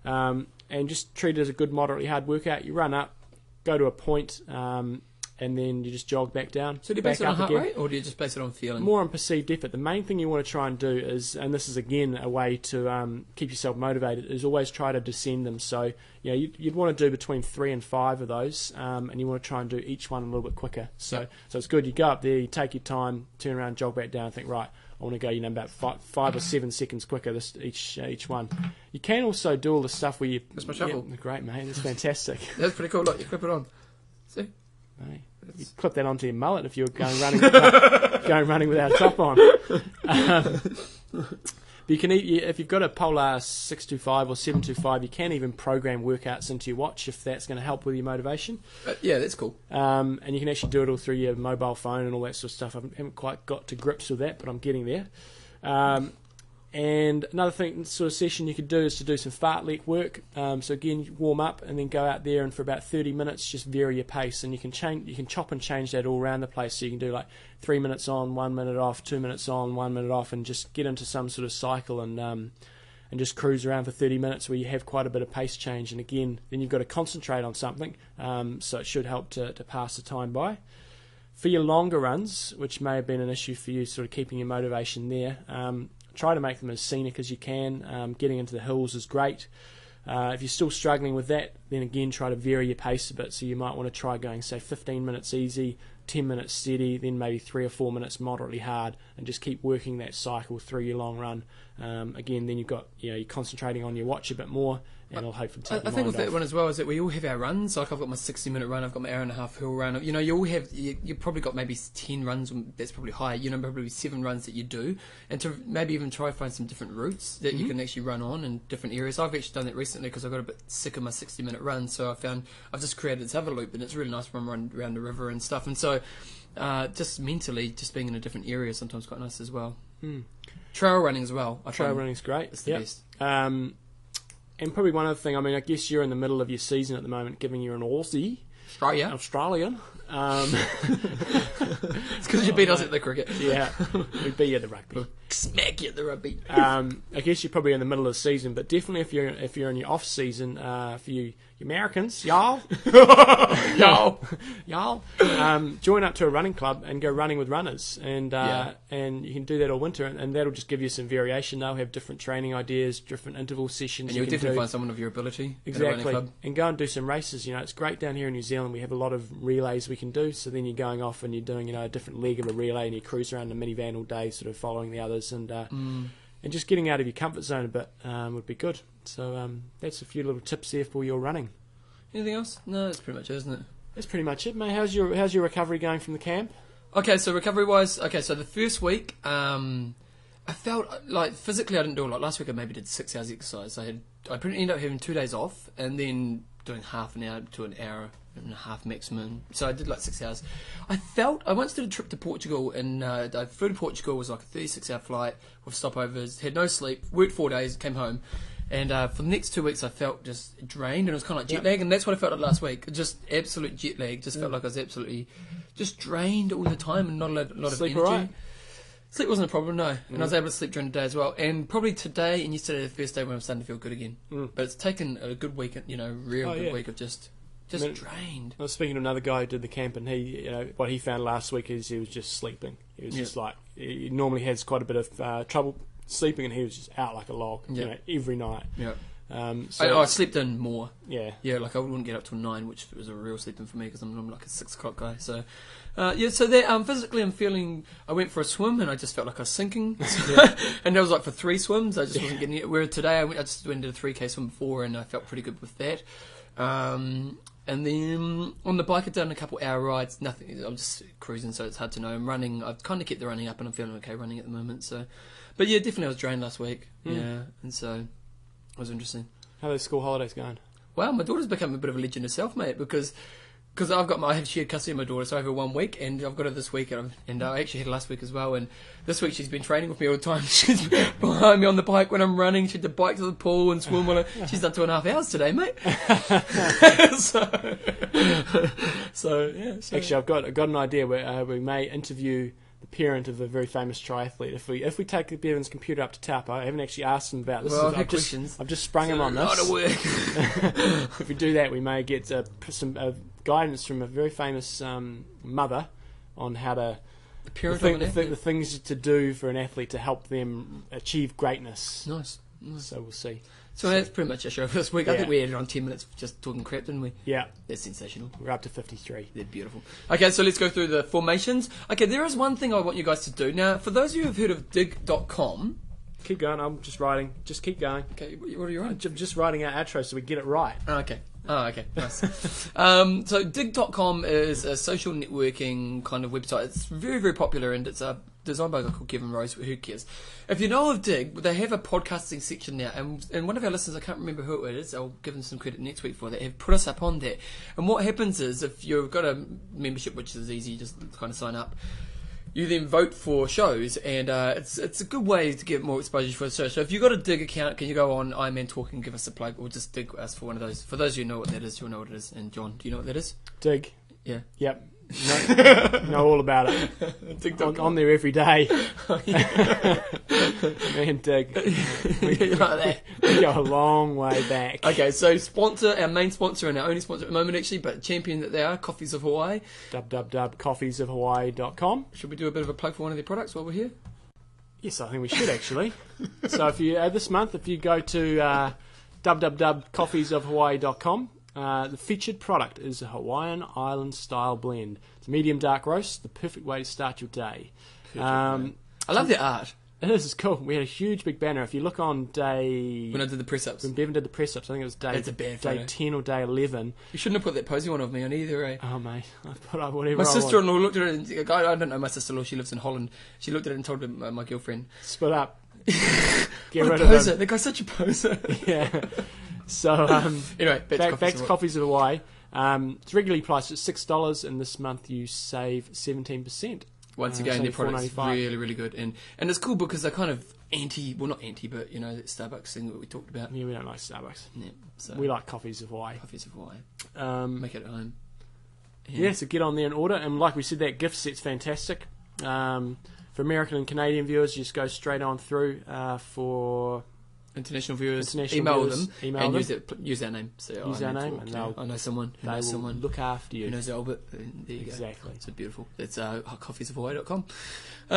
S2: Um, and just treat it as a good, moderately hard workout. You run up, go to a point, um, and then you just jog back down.
S1: So do you
S2: back
S1: base it on
S2: up
S1: heart
S2: again.
S1: rate, or do you just base it on feeling?
S2: More on perceived effort. The main thing you want to try and do is, and this is again a way to um, keep yourself motivated, is always try to descend them. So, you know, you'd, you'd want to do between three and five of those, um, and you want to try and do each one a little bit quicker. So, so it's good. You go up there, you take your time, turn around, jog back down, think, right, I want to go, you know, about five, five or seven seconds quicker this each uh, each one. You can also do all the stuff where you.
S1: That's my shovel.
S2: Yeah, great, mate. That's fantastic.
S1: That's pretty cool. Look, you clip it on. See?
S2: mate. You
S1: That's-
S2: clip that onto your mullet if you were going running, going running without a top on. Um, but you can eat, you- if you've got a Polar 625 or 725, you can even program workouts into your watch if that's going to help with your motivation.
S1: Uh, yeah, that's cool.
S2: Um, and you can actually do it all through your mobile phone and all that sort of stuff. I haven't- haven't quite got to grips with that, but I'm getting there. Um, and another thing, sort of session you could do is to do some fartlek work. Um, so again, you warm up and then go out there and for about 30 minutes, just vary your pace, and you can change, you can chop and change that all around the place. So you can do like three minutes on, one minute off, two minutes on, one minute off, and just get into some sort of cycle and um, and just cruise around for 30 minutes where you have quite a bit of pace change. And again, then you've got to concentrate on something, um, so it should help to, to pass the time by. For your longer runs, which may have been an issue for you, sort of keeping your motivation there, um, try to make them as scenic as you can. Um, getting into the hills is great. Uh, if you're still struggling with that, then again try to vary your pace a bit. So you might want to try going, say, 15 minutes easy, 10 minutes steady, then maybe three or four minutes moderately hard, and just keep working that cycle through your long run. Um, again, then you've got you know you're concentrating on your watch a bit more, and it'll hopefully
S1: I,
S2: take
S1: I
S2: your
S1: think
S2: mind
S1: with that
S2: off.
S1: one as well is that we all have our runs. Like I've got my sixty-minute run, I've got my hour and a half hill run. You know, you all have. You, you've probably got maybe ten runs. or That's probably high. You know, probably seven runs that you do, and to maybe even try find some different routes that you
S2: Mm-hmm.
S1: can actually run on in different areas. I've actually done that recently because I got a bit sick of my sixty-minute run, so I found I've just created this other loop, and it's really nice when I'm running around the river and stuff. And so, uh, just mentally, just being in a different area is sometimes quite nice as well.
S2: Hmm.
S1: Trail running as well. I
S2: Trail
S1: find
S2: running's great.
S1: It's the
S2: Yep.
S1: best.
S2: Um, and probably one other thing. I mean, I guess you're in the middle of your season at the moment, giving you an Aussie, an
S1: Australia,
S2: Australian. Um,
S1: it's because you beat us at the cricket.
S2: yeah, we'd be at the rugby.
S1: Smack you at the rugby.
S2: um, I guess you're probably in the middle of the season, but definitely if you're if you're in your off season, uh, for you, you Americans, y'all, y'all, y'all, um, join up to a running club and go running with runners, and uh, and you can do that all winter, and, and that'll just give you some variation. They'll have different training ideas, different interval sessions.
S1: And you'll
S2: you can
S1: definitely
S2: do.
S1: find someone of your ability. at a running
S2: Exactly,
S1: club.
S2: and go and do some races. You know, it's great down here in New Zealand. We have a lot of relays we can do. So then you're going off and you're doing you know a different leg of a relay, and you cruise around the minivan all day, sort of following the others, and uh, and just getting out of your comfort zone a bit um, would be good. So um, that's a few little tips there for your running.
S1: Anything else? No, that's pretty much it, isn't it?
S2: That's pretty much it, mate. How's your how's your recovery going from the camp?
S1: Okay, so recovery wise, okay, so the first week, um, I felt uh, like physically I didn't do a lot. Last week I maybe did six hours exercise. I had I pretty ended up having two days off and then doing half an hour to an hour and a half maximum. So I did like six hours. I felt I once did a trip to Portugal and uh, I flew to Portugal was like a thirty-six hour flight with stopovers. Had no sleep. Worked four days. Came home. And uh, for the next two weeks, I felt just drained, and it was kind of like jet
S2: Yep.
S1: lag, and that's what I felt like last week. Just absolute jet lag. Just
S2: Mm.
S1: felt like I was absolutely just drained all the time, and not a lot, lot
S2: Sleep
S1: of energy.
S2: alright?
S1: Sleep wasn't a problem, no. And
S2: Mm.
S1: I was able to sleep during the day as well. And probably today and yesterday, the first day when I'm starting to feel good again.
S2: Mm.
S1: But it's taken a good week, you know, real
S2: Oh,
S1: good
S2: yeah.
S1: week of just just
S2: Min-
S1: drained.
S2: I was speaking to another guy who did the camp, and he, you know, what he found last week is he was just sleeping. He was
S1: Yeah.
S2: just like he normally has quite a bit of uh, trouble sleeping, and he was just out like a log,
S1: Yeah.
S2: you know, every night.
S1: Yeah.
S2: Um, so
S1: I, I slept in more.
S2: yeah,
S1: Yeah, like I wouldn't get up till nine, which was a real sleeping for me because I'm normally like a six o'clock guy. So, uh, yeah. So there, um, physically, I'm feeling. I went for a swim and I just felt like I was sinking, and that was like for three swims. I just wasn't getting it. Where today, I, went, I just went and did a three k swim before, and I felt pretty good with that. Um, and then on the bike, I've done a couple hour rides. Nothing. I'm just cruising, so it's hard to know. I'm running. I've kind of kept the running up, and I'm feeling okay running at the moment. So, but yeah, definitely, I was drained last week.
S2: Mm.
S1: Yeah, and so it was interesting.
S2: how are those school holidays going?
S1: Wow, my daughter's become a bit of a legend herself, mate, because because I've got my I have shared custody of my daughter, so I have her one week, and I've got her this week, and, I've, and I actually had her last week as well. And this week she's been training with me all the time. She's behind me on the bike when I'm running. She did the bike to the pool and swim. While I, she's done two and a half hours today, mate. so, so yeah. So.
S2: Actually, I've got I've got an idea where uh, we may interview the parent of a very famous triathlete if we if we take Bevan's computer up to tap. I haven't actually asked him about this.
S1: Well, I've
S2: I've,
S1: had
S2: just
S1: questions.
S2: I've just sprung him on
S1: a lot
S2: this.
S1: of work.
S2: if we do that, we may get uh, p- some uh, guidance from a very famous um, mother on how to
S1: The
S2: the,
S1: parent
S2: thing,
S1: of an
S2: the, thi- the
S1: athlete.
S2: things to do for an athlete to help them achieve greatness.
S1: Nice. nice.
S2: So we'll see.
S1: So that's pretty much our show for this week. I
S2: Yeah.
S1: think we ended on 10 minutes just talking crap, didn't we?
S2: Yeah,
S1: That's sensational.
S2: we're up to fifty-three.
S1: They're beautiful. Okay, so let's go through the formations. Okay, there is one thing I want you guys to do. Now, for those of you who have heard of dig.com,
S2: Keep going. I'm just writing. Just keep going.
S1: okay, what are you on?
S2: I'm just writing our outro so we get it right.
S1: Oh, okay. Oh, okay. Nice. um, so, dig.com is a social networking kind of website. It's very, very popular and it's uh, designed by a guy called Kevin Rose. Who cares? If you know of Dig, they have a podcasting section now. And, and one of our listeners, I can't remember who it is, I'll give them some credit next week for that, have put us up on that. And what happens is if you've got a membership, which is easy, you just kind of sign up. you then vote for shows, and uh, it's it's a good way to get more exposure for the show. So if you've got a Dig account, can you go on Iron Man Talk and give us a plug, or just dig us for one of those? For those who know what that is, you'll know what it is. And John, do you know what that is?
S2: Dig.
S1: Yeah.
S2: Yep. know, know all about it.
S1: TikTok.
S2: On, on there every day.
S1: yeah,
S2: Me and Dig
S1: you're like that.
S2: we go a long way back.
S1: Okay, so sponsor, our main sponsor and our only sponsor at the moment, actually, but champion that they are, Coffees of Hawaii.
S2: www.coffeesofhawaii.com.
S1: Should we do a bit of a plug for one of their products while we're here?
S2: Yes, I think we should actually. so if you uh, this month, if you go to uh, www.coffeesofhawaii.com, uh, the featured product is a Hawaiian Island style blend. It's a medium dark roast, the perfect way to start your day. Um,
S1: I love their art.
S2: this is cool. We had a huge big banner. If you look on day
S1: When I did the press ups,
S2: when Bevan did the press ups, I think it was day
S1: That's a bad
S2: day
S1: photo.
S2: ten or day eleven.
S1: you shouldn't have put that posy one of me on either, eh?
S2: Oh mate, I put up whatever.
S1: My
S2: I want.
S1: sister in law looked at it and a guy, I don't know my sister in law, she lives in Holland. She looked at it and told my, my girlfriend,
S2: split up. Get
S1: What
S2: rid
S1: a
S2: of
S1: poser.
S2: them.
S1: That guy's such a poser.
S2: Yeah. So um,
S1: anyway, back,
S2: back,
S1: to
S2: back
S1: coffee.
S2: to coffees of Hawaii. Um, it's regularly priced at six dollars, and this month you save seventeen percent.
S1: Once
S2: Uh,
S1: again,
S2: it's
S1: their
S2: only
S1: product's
S2: $4.95.
S1: really, really good. And, and it's cool because they're kind of anti, well, not anti, but, you know, that Starbucks thing that we talked about.
S2: Yeah, we don't like Starbucks.
S1: Yeah, so,
S2: We like coffees of Hawaii.
S1: coffees of Hawaii.
S2: Um,
S1: Make it at home.
S2: yeah, so get on there and order. And like we said, that gift set's fantastic. Um, for American and Canadian viewers, just go straight on through uh, for
S1: International viewers,
S2: International
S1: email
S2: viewers,
S1: them
S2: email
S1: and
S2: them.
S1: use, it, use our name. So
S2: Use
S1: I
S2: our
S1: know
S2: name
S1: Paul,
S2: and
S1: yeah.
S2: they'll-
S1: I know someone who
S2: they will
S1: knows someone
S2: look after you.
S1: who knows Albert. And uh, there you go.
S2: Exactly.
S1: It's a beautiful. It's uh, coffeesofhawaii.com.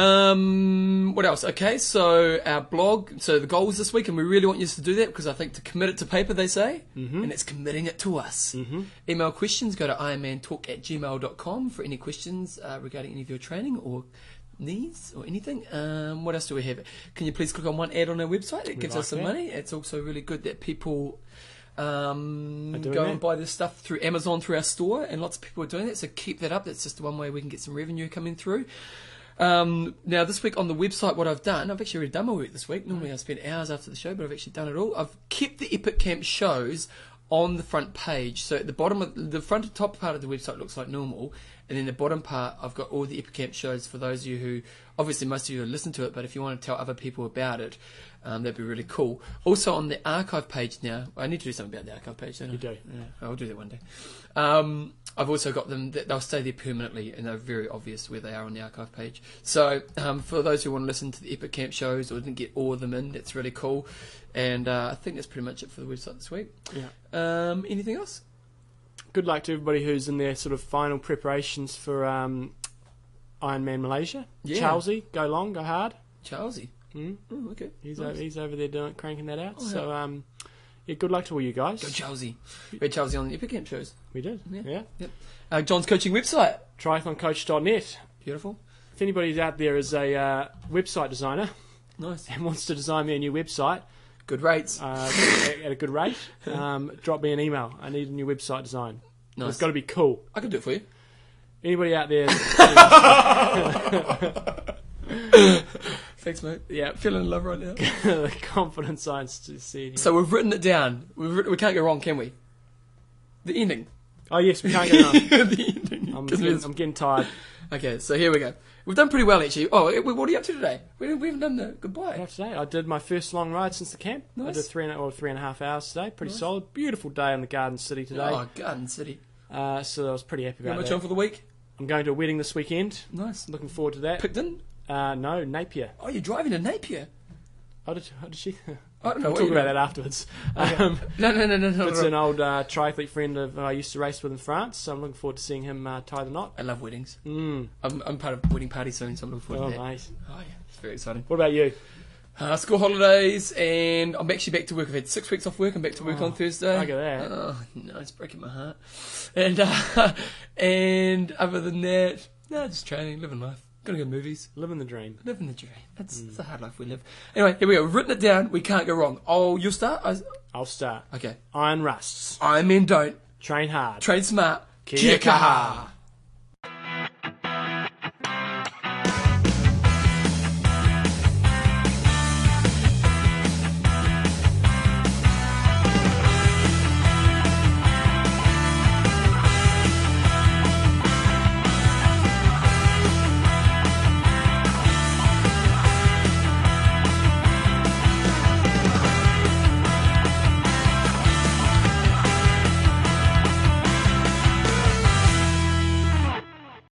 S1: Um, what else? Okay, so our blog. So the goals this week, and we really want you to do that because I think to commit it to paper, they say,
S2: Hmm? Mm-hmm.
S1: and it's committing it to us. Mm-hmm. Email questions, go to ironmantalk at gmail.com for any questions uh, regarding any of your training or needs or anything. Um, what else do we have? Can you please click on one ad on our website? It gives
S2: like
S1: us some
S2: that.
S1: money. It's also really good that people um,
S2: Are
S1: go
S2: doing that.
S1: and buy this stuff through Amazon through our store, and lots of people are doing that. So keep that up. That's just one way we can get some revenue coming through. Um, now this week on the website, what I've done, I've actually already done my work this week. Normally I spend hours after the show, but I've actually done it all. I've kept the Epic Camp shows on the front page. So at the bottom of the front and top part of the website looks like normal, and then the bottom part I've got all the Epic Camp shows for those of you who obviously most of you have listened to it, but if you want to tell other people about it, um, that'd be really cool. Also on the archive page now, I need to do something about the archive page. Don't I?
S2: You do.
S1: Yeah, I'll do that one day. Um, I've also got them; that they'll stay there permanently, and they're very obvious where they are on the archive page. So, um, for those who want to listen to the Epic Camp shows or didn't get all of them in, that's really cool. And uh, I think that's pretty much it for the website this week.
S2: Yeah.
S1: Um, anything else?
S2: good luck to everybody who's in their sort of final preparations for um, Ironman Malaysia.
S1: Yeah.
S2: Charlesy, go long, go hard.
S1: Charlesy.
S2: Mm,
S1: Oh, okay.
S2: he's,
S1: Nice.
S2: over, he's over there doing cranking that out.
S1: Oh, yeah.
S2: So um, yeah, good luck to all you guys.
S1: Go Charlesy. We had Charlesy on the Epic Camp shows.
S2: We did.
S1: Yeah.
S2: Yeah.
S1: Uh, John's coaching website.
S2: Triathloncoach.net.
S1: Beautiful.
S2: If anybody's out there is a uh, website designer
S1: Nice.
S2: and wants to design me a new website
S1: Good rates.
S2: uh, at- at a good rate, um, drop me an email. I need a new website design.
S1: Nice.
S2: It's got to be cool.
S1: I can do it for you.
S2: Anybody out there?
S1: Thanks, mate.
S2: yeah.
S1: Feeling in love right now.
S2: the confidence I see.
S1: So we've written it down. We've written, we can't go wrong, can we? The ending.
S2: Oh yes, we can't get enough.
S1: the ending.
S2: I'm
S1: 'Cause
S2: getting,
S1: it's-
S2: I'm getting tired.
S1: Okay, so here we go. We've done pretty well, actually. Oh, eh, what are you up to today? We, didn't- we haven't done the
S2: I
S1: goodbye.
S2: have to say, I did my first long ride since the camp. I
S1: Nice.
S2: did three and, or three and a half hours today. Pretty
S1: Nice.
S2: solid. Beautiful day in the Garden City today.
S1: Oh, Garden City.
S2: Uh, so I was pretty happy
S1: Got
S2: about
S1: much
S2: that.
S1: on for the week?
S2: I'm going to a wedding this weekend.
S1: Nice.
S2: Looking forward to that.
S1: Picton?
S2: Uh, no, Napier.
S1: Oh, you're driving to Napier.
S2: How did, how did she?
S1: I don't know
S2: We'll
S1: what
S2: talk
S1: you
S2: about
S1: mean.
S2: that afterwards. Um,
S1: No, no, no, no, no.
S2: it's
S1: no.
S2: an old uh, triathlete friend of I used to race with in France, so I'm looking forward to seeing him uh, tie the knot.
S1: I love weddings.
S2: Mm.
S1: I'm, I'm part of a wedding party soon, so I'm looking forward
S2: Oh,
S1: to that.
S2: mate.
S1: Oh, yeah. It's very exciting.
S2: What about you?
S1: Uh, school holidays, and I'm actually back to work. I've had six weeks off work. I'm back to work
S2: Oh,
S1: on Thursday.
S2: Look at that.
S1: Oh no, it's breaking my heart. And uh, and other than that, no, just training, living life. Gonna go to movies,
S2: Living the dream.
S1: living the dream.
S2: Mm.
S1: That's, that's the hard life we live. Anyway, here we go. We've written it down. We can't go wrong. Oh, you'll start. I,
S2: I'll start.
S1: okay.
S2: Iron rusts.
S1: I men don't
S2: Train hard.
S1: trade smart.
S2: Kia kaha.
S1: kaha.